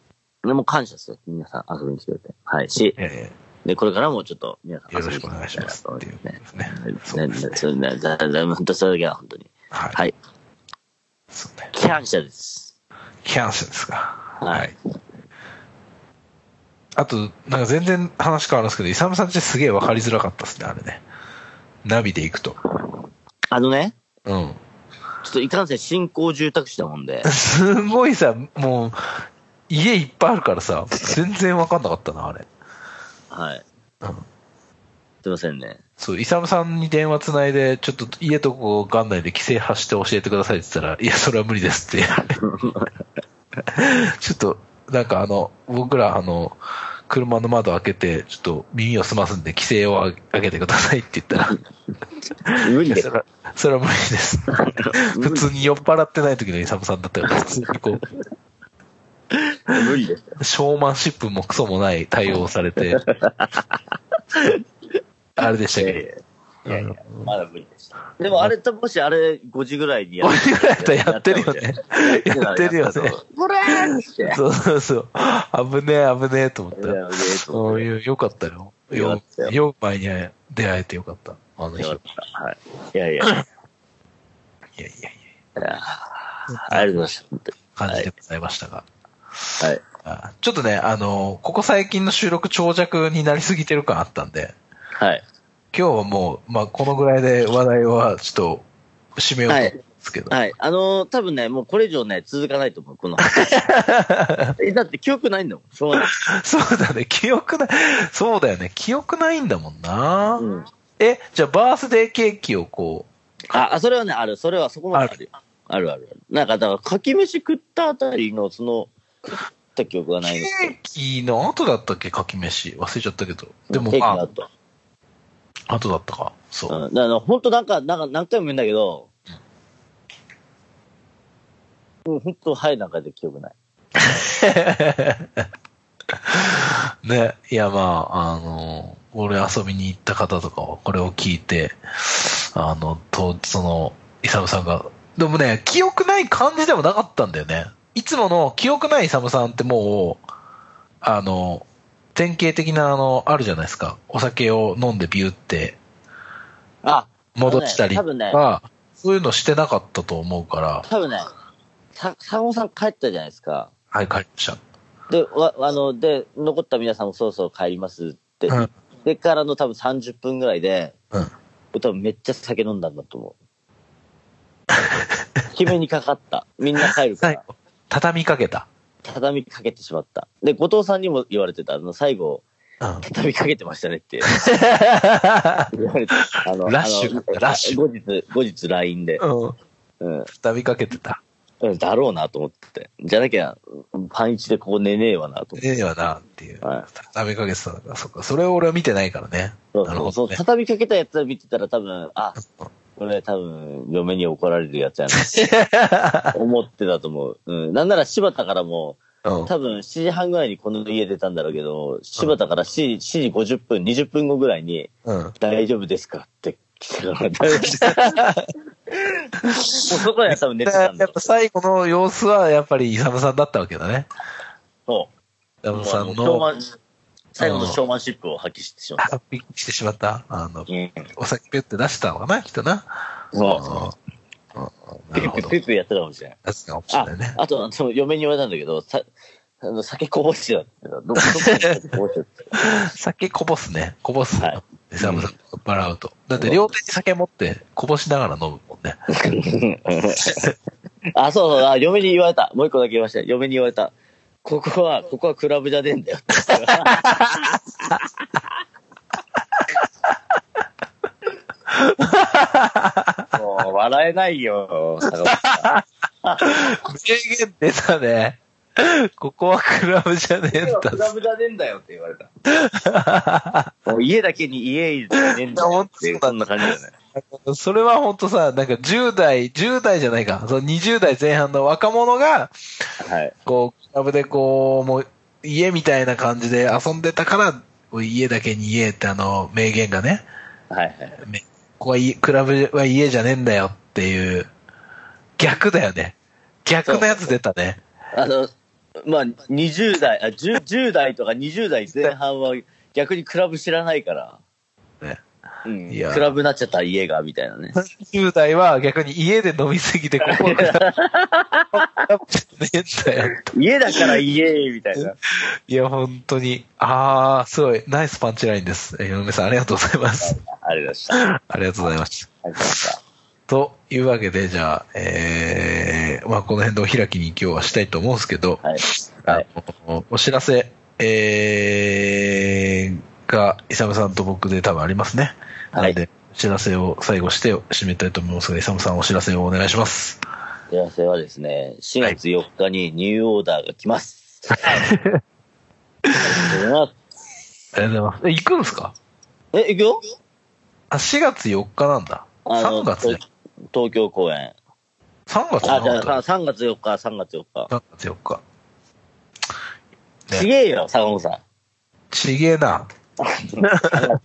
S2: でも感謝ですよ。皆さん遊びに来てくれて。はい。し、
S1: え
S2: で、これからもちょっと皆さ
S1: え
S2: ん
S1: よ
S2: 遊
S1: ろ
S2: び
S1: し
S2: に
S1: くお
S2: 来て
S1: 願いしますっていうこと
S2: ね。
S1: ですね。そ
S2: ね
S1: う
S2: ね
S1: ですね。
S2: そうね、だ、だ、本当それだけは本当に。
S1: は。
S2: はいい。
S1: そうね
S2: 感謝です。
S1: キャンセルですか。
S2: い
S1: はい。あと、なんか全然話変わるんですけど、イサムさんってすげえ分かりづらかったですね、あれね。ナビで行くと。
S2: あのね、
S1: うん。、
S2: ちょっといかんせん新興住宅地だもんで
S1: すごいさ、もう、家いっぱいあるからさ、全然分かんなかったな、あれ。
S2: はい。
S1: うん
S2: すいませんね。
S1: そう、イサムさんに電話つないで、ちょっと家とこがんないで規制発して教えてくださいって言ったら、いや、それは無理ですって。ちょっと、なんかあの、僕ら、あの、車の窓開けて、ちょっと耳を澄ますんで規制を上げてくださいって言ったら、
S2: 無
S1: い
S2: 理
S1: や
S2: で
S1: そ
S2: す。
S1: れは、それは無理です。普通に酔っ払ってない時のイサムさんだったから、普通にこう、
S2: 無理です。
S1: ショーマンシップもク ソもない対応をされて、あれでしたけど、
S2: いやいや、まだ無理でした。でもあれ、たもしあれ5時ぐらいにや
S1: 5時ぐらいだったらやってるよね。やってるよね。
S2: これーって。いや、
S1: そうそうそう。危ねえ、危ねえと思ったよ。
S2: ええと思
S1: そ
S2: っ
S1: う
S2: て
S1: いう、よかったよ。
S2: よか
S1: よ
S2: ったよ、
S1: よ前に出会えてよかった。あの日。い
S2: よ
S1: やい
S2: かった。はい。いやいや、あ
S1: やいや、
S2: りがとうございました。
S1: 感じでございましたが。
S2: はい。
S1: あちょっとね、あの、ここ最近の収録長尺になりすぎてる感あったんで、
S2: はい。
S1: 今日はもう、まあ、このぐらいで話題はちょっと締めようと思うんですけど。
S2: はい。あのー、多分ね、もうこれ以上ね、続かないと思う、この。 え、だって記憶ないんだもん。しょうがない。
S1: そうだね、記憶ない、そうだよね、記憶ないんだもんな。
S2: うん。
S1: え、じゃあバースデーケーキをこ
S2: あ、あそれはね、ある。それはそこまであるよ。あるあるある。なんか、だから、かき飯食ったあたりの、その、食った記憶が
S1: う、
S2: ない
S1: ケ
S2: んです
S1: ーキの後だったっけ、かき飯。忘れちゃったけど。でも
S2: ケーキ
S1: ま
S2: の後。
S1: あ、後だったか。そう。
S2: うん。だから、本当なんか、なんか、何回も言うんだけど、もう本当、はい、なんかで記憶ない。
S1: ね、いや、まあ、あの、俺遊びに行った方とかはこれを聞いて、あの、と、その、イサムさんが、でもね、記憶ない感じでもなかったんだよね。いつもの記憶ないイサムさんってもう、あの、典型的な、あの、あるじゃないですか。お酒を飲んでビューって
S2: あ、
S1: 戻したり
S2: 多
S1: と
S2: 分ね、
S1: か、そういうのしてなかったと思うから、
S2: 多分ね、さ、坂本さん帰ったじゃないですか。
S1: はい、帰りました。
S2: で、わあの、で、残った皆さんもそろそろ帰りますって。
S1: うん
S2: でからの多分30分ぐらいで、
S1: うん。
S2: 多分めっちゃ酒飲んだんだ と思う。決めにかかった。みんな帰るか
S1: 最
S2: ら。
S1: 後、畳みかけた。
S2: 畳みかけてしまった。で、後藤さんにも言われてた。あの、最後、
S1: うん。
S2: 畳みかけてましたね って言われて。あの、
S1: ラッシュ
S2: あの
S1: ラッシュ
S2: 後日、後日 LINE で。
S1: うん。
S2: うん。
S1: 畳みかけてた。
S2: だろうなと思って。じゃなきゃ、パンイチでここ寝ねえわなと思って。
S1: ねえよな、っていう。
S2: はい。
S1: 畳みかけてたのか。そっか。それを俺は見てないからね。
S2: そう
S1: なる
S2: そう
S1: ほ
S2: そ
S1: ど、
S2: う、
S1: ね。
S2: 畳みかけたやつを見てたら多分、あ、これ多分、嫁に怒られるやつや な。思ってたと思う。うん。なんなら柴田からも、
S1: うん。
S2: 多分7時半ぐらいにこの家出たんだろうけど、柴田から7時 ,7 時50分、20分後ぐらいに、
S1: うん。
S2: 大丈夫ですかって来てから、大丈夫ですかもうそこでは多分寝て
S1: や
S2: たんだ
S1: っ
S2: ろ
S1: ぱ最後の様子は、やっぱりイサムさんだったわけだね。
S2: う。
S1: イサ
S2: そう。
S1: ムさん
S2: もうショーマ
S1: の、
S2: ン最後のショーマンシップを発揮してしまった。
S1: あびっくりしてしまった。あの、
S2: うん。
S1: お酒ピュって出したのかな、きっとな。
S2: そう
S1: うん。うん。。な
S2: ピ
S1: る
S2: ュ
S1: ほ
S2: ピュ
S1: ど
S2: ピ。ュピュやってたかもしれない。
S1: 確かに、
S2: あ
S1: だよね。
S2: あと、あの嫁に言われたんだけど、さあの酒こぼしてたって言ってた。どこどこに酒こぼしてたって。
S1: 酒こぼすね。こぼす。
S2: は
S1: イサムさん、バラうと。だって両手に酒持って、こぼしながら飲むもん ね。
S2: あ、そうそうあ、嫁に言われた。もう一個だけ言いました。嫁に言われた。ここは、ここはクラブじゃねえんだよって。もう笑えないよ、坂本さ
S1: 名言出たね。ここはクラブじゃねえん
S2: ん。
S1: だ。
S2: クラブじゃねえんだよって言われた。 もう家だけに家じゃねえんだよっていう、そんな感じだよね。
S1: それは本当さ、なんか10代、10代じゃないか、その20代前半の若者が、
S2: はい。
S1: こう、クラブでこう、もう、家みたいな感じで遊んでたから、こう家だけに家ってあの、名言がね、
S2: はいはい。
S1: めここは家クラブは家じゃねえんだよっていう、逆だよね。逆のやつ出たね。
S2: あの、まあ、20代、あ 10, 10代とか20代前半は逆にクラブ知らないから、
S1: ね
S2: うん、
S1: いや
S2: クラブになっちゃった家が、みたいなね。
S1: 30代は逆に家で飲みすぎてここが、 クラブじゃねえんだよ。
S2: 家だから家、みたいな。
S1: いや、本当に。ああ、すごい。ナイスパンチラインです。えー、嫁さん、ありがとうございます。
S2: ありがとうございました。ありが
S1: ありがとうございました。
S2: とうございました。
S1: というわけで、じゃあ、えー、まあ、この辺でお開きに今日はしたいと思うんですけど、
S2: はい。はい。
S1: あのお知らせ、えー、が、イサムさんと僕で多分ありますね。
S2: はい
S1: なので、お知らせを最後して締めたいと思いますが、イサムさんお知らせをお願いします。
S2: お知らせはですね、4月4日にニューオーダーが来ます。ありがとうございます
S1: ありがとうございます。え、行くんですか
S2: え、行くよ
S1: あ、4月4日なんだ。
S2: あ
S1: 3
S2: の
S1: 月ね。
S2: 東京公演。
S1: 3月
S2: あ、じゃ
S1: の
S2: あ3月4日、3月4日。
S1: 3月4日。ね
S2: ちげえよ、坂本さん。
S1: ちげえな。
S2: 3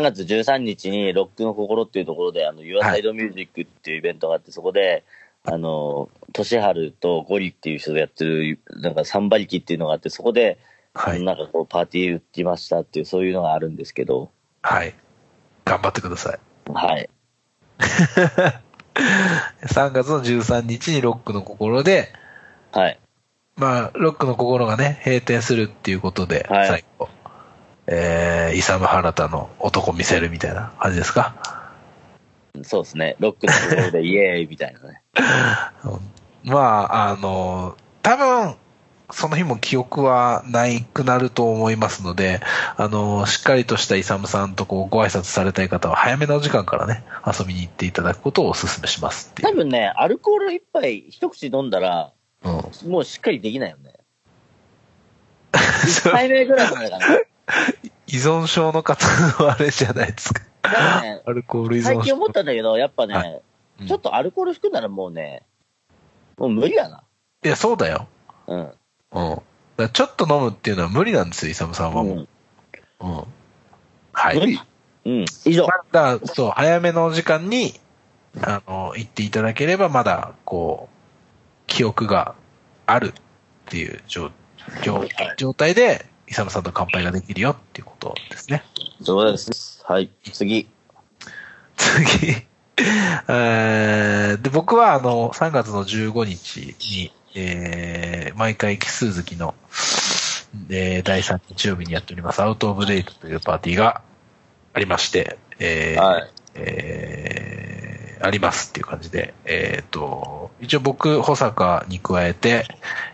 S2: 月13日にロックの心っていうところで、あの、Your
S1: はい
S2: Side Music っていうイベントがあって、そこで、あの、トシハルとゴリっていう人がやってる、なんかサンバリキっていうのがあって、そこで、
S1: はい。
S2: なんかこう、パーティー打ちましたっていう、そういうのがあるんですけど、
S1: はい。頑張ってください。
S2: はい。
S1: 3月の13日にロックの心で、
S2: はい。
S1: まあ、ロックの心がね、閉店するっていうことで、
S2: はい
S1: 最後、えー、イサム・ハラタの男見せるみたいな感じですか。
S2: そうですね。ロックの 心でイエーイみたいなね。
S1: うんまあ、あの、多分、その日も記憶はないくなると思いますので、あの、しっかりとしたイサムさんとこうご挨拶されたい方は早めのお時間からね、遊びに行っていただくことをお勧めしますってい
S2: 多
S1: う。
S2: 分ね、アルコール一杯、一口飲んだら、
S1: うん
S2: もうしっかりできないよ ね。1杯目ぐらいまでかな。
S1: 依存症の方のあれじゃないですか。
S2: だからね、
S1: アルコール依
S2: 最
S1: 存
S2: 近
S1: 症。
S2: 思ったんだけど、やっぱね、
S1: はうん
S2: ちょっとアルコール含んだらもうね、もう無理だな。
S1: いや、そうだよ。
S2: うん。
S1: うん。だからちょっと飲むっていうのは無理なんですよ、イサムさんはもう。うん。はい。
S2: 無理うん。以上。
S1: だからそう、早めのお時間に、あの、行っていただければ、まだ、こう、記憶があるっていう状状状態で、イサムさんと乾杯ができるよっていうことですね。
S2: そうです。はい。次。
S1: 次。えーで、僕はあの、3月の15日に、えー毎回奇数月の、えー第3日曜日にやっております、アウトオブデートというパーティーがありまして、えー
S2: はい
S1: えーありますっていう感じで、えっ、と、一応僕、保坂に加えて、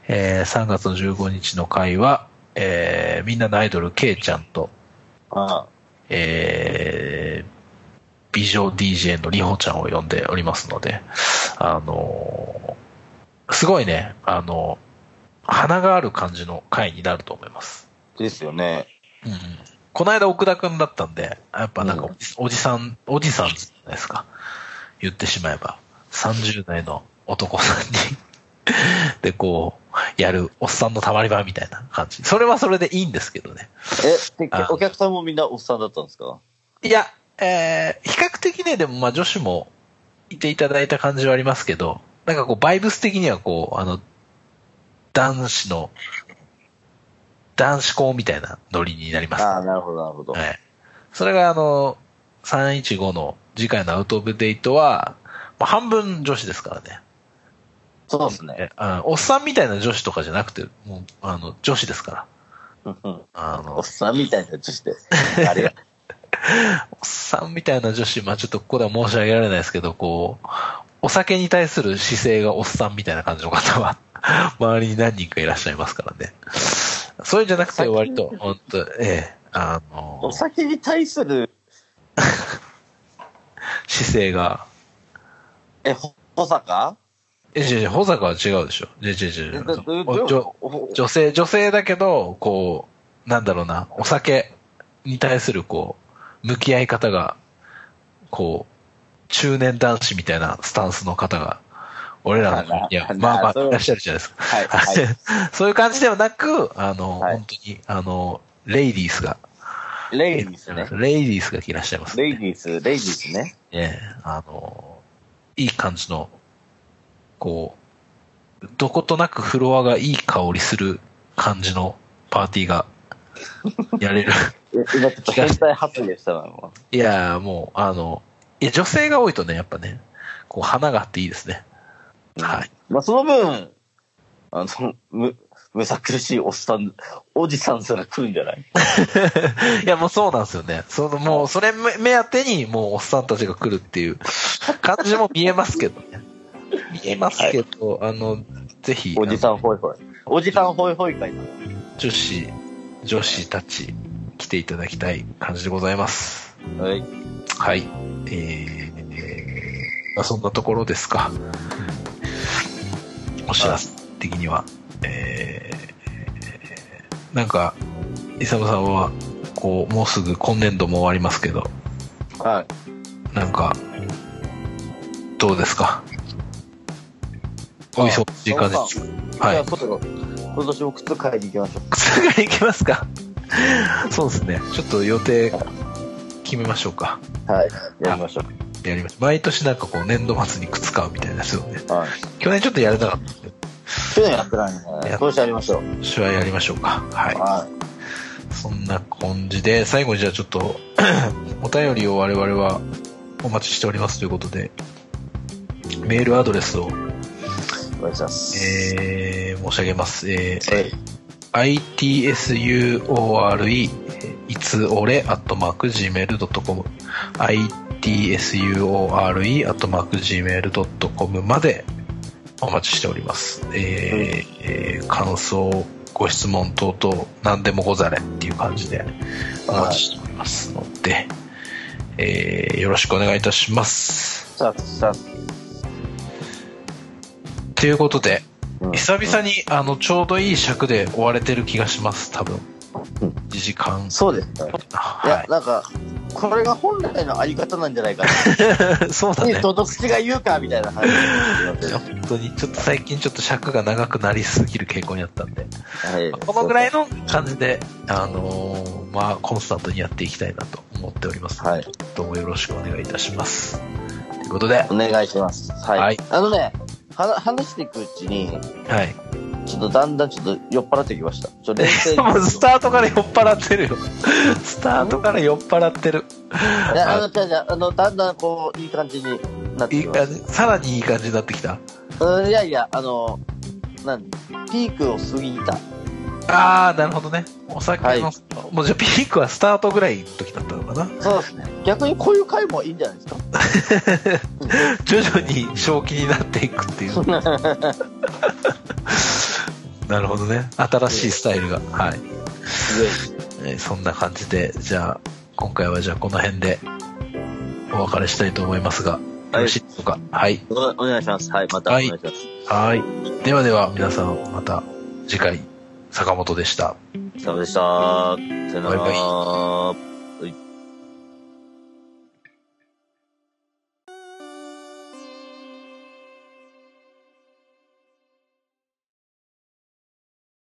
S1: えー3月の15日の会は、えーみんなのアイドル、ケイちゃんと、
S2: あ
S1: えー美女 DJ のりほちゃんを呼んでおりますので、あのーすごいね、あの花がある感じの回になると思います。
S3: ですよね。
S1: うんうん、この間奥田くんだったんで、やっぱなんか
S2: う
S1: おじ,、さん、おじさんじゃないですか。言ってしまえば、30代の男さんに、 でこう、やるおっさんのたまり場みたいな感じ。それはそれでいいんですけどね。
S2: え、で
S1: あ
S2: お客さんもみんなおっさんだったんですか
S1: いや、えー、比較的ね、でもまあ女子もいていただいた感じはありますけど、なんかこう、バイブス的にはこう、あの、男子の、男子校みたいなノリになります。
S2: あ
S1: は
S2: あ、なるほど、なるほど。
S1: い。それがあの、315の次回のアウトオブデートは、まあ、半分女子ですからね。
S2: そうですね。
S1: えあおっさんみたいな女子とかじゃなくて、もう、あの、女子ですから。あの
S2: おっ、さんみたいなやつして。 あれが。
S1: おっさんみたいな女子、まあちょっとここでは申し上げられないですけど、こう、お酒に対する姿勢がおっさんみたいな感じの方は、 周りに何人かいらっしゃいますからね。そういうんじゃなくて、割と、本当ええ、あの
S2: お、酒に対する、
S1: 姿勢が、
S2: え、ほ保坂
S1: え、違う違う、保坂は違うでしょ。違う違う違
S2: え
S1: う
S2: どど
S1: お
S2: ど
S1: 女女性、女性だけど、こう、なんだろうな、お酒に対する、こう、向き合い方が、こう、中年男子みたいなスタンスの方が、俺らの、いや、
S2: なな
S1: まあま
S2: そ
S1: あ、
S2: う
S1: いらっしゃるじゃないですか。
S2: はい、は
S1: そういう感じではなく、あの、
S2: はい
S1: 本当に、あの、レイディースが、
S2: い。レイディースね。
S1: レイディースがいらっしゃいます。
S2: レイディース、レイディースね。
S1: ええ、あの、いい感じの、こう、どことなくフロアがいい香りする感じのパーティーが、や れる。
S2: え今ちょっと変態発言したな、もう
S1: いやー、もう、あの、いや、女性が多いとね、やっぱね、こう、花があっていいですね。はい。
S2: まあ、その分、
S3: あの、む、むさ苦しいおっさん、おじさんすら来るんじゃない
S1: いや、もうそうなんですよね。その、もう、それ目目当てに、もう、おっさんたちが来るっていう感じも見えますけど ね。見えますけど、あの、ぜひ、
S3: おじさんホイホイ。おじさんホイホイ会なの。
S1: 女子、女子たち来ていただきたい感じでございます。
S2: はい。
S1: はい。えー、えーまあ、そんなところですか。お知らせ的には。えーえーなんか、イサムさんは、こう、もうすぐ今年度も終わりますけど、
S3: はい。
S1: なんか、どうですかお忙しい感じですかはい
S3: じゃあ、。外が、今年も靴買いに行きましょう。
S1: 靴が行きますかそうですね。ちょっと予定、決めましょうか。
S5: はい。
S2: やりましょ
S1: やりましょう。毎年なんかこう、年度末に靴買うみたいなやつをね。
S2: う。はい。
S1: 去年ちょっとやれなかったんで、
S2: 去年やってないのね。
S1: やっ
S2: 今年やりましょう。
S1: 今年はやりましょうか。はい。
S2: はい。
S1: そんな感じで、最後にじゃあちょっと、 お便りを我々はお待ちしておりますということで、メールアドレスを、
S2: お願いします。
S1: えー、申し上げます。えー、
S2: はい。
S1: itsure いつ俺アットマーク gmail.com itsure アットマーク gmail.com までお待ちしております、えーえー感想ご質問等々何でもござれっていう感じでお待ちしておりますので、えーよろしくお願いいたします
S2: さあ、さ
S1: ということで
S2: うん
S1: 久々にあのちょうどいい尺で終われてる気がします多分
S5: うん
S1: 1時間
S2: あ、そうですね。い
S1: は
S2: や
S1: い、
S2: なんか、これが本来のあり方なんじゃないかな。
S1: そうだ
S2: に
S1: ね。
S2: どの口が言うかみたいな話は
S1: 本当に、ちょっと最近ちょっと尺が長くなりすぎる傾向にあったんで、
S2: い
S1: このぐらいの感じで、あのーまあ、コンスタントにやっていきたいなと思っております。
S2: はい。
S1: どうもよろしくお願いいたします。ということで、
S2: お願いします。はい。
S1: はい
S2: あのね、は話していくうちに、
S1: はい。
S2: ちょっとだんだんちょっと酔っ払ってきました。ちょっと冷静 に。
S1: もうスタートから酔っ払ってるよ。スタートから酔っ払ってる。
S2: いやあの、じゃあじゃああの、だんだんこう、いい感じになって
S1: いい
S2: きました。
S1: 感じ、さらにいい感じになってきた。
S2: うん、いやいや、あの、なんピークを過ぎた。
S1: あー、なるほどね。お酒の、
S2: はい
S1: もうじゃあピークはスタートぐらいの時だったのかな。
S2: そうですね。逆にこういう回もいいんじゃないですか。
S1: 徐々に正気になっていくって いうなるほどね新しいスタイルがはい、えーそんな感じでじゃあ今回はじゃあこの辺でお別れしたいと思いますがよろしいでしょうかはい
S2: お お願いします。はい、またお願いします。
S1: はいではでは皆さんまた次回坂本でした
S2: お疲れ様でした。さよなら。
S1: バイ
S2: バイバイ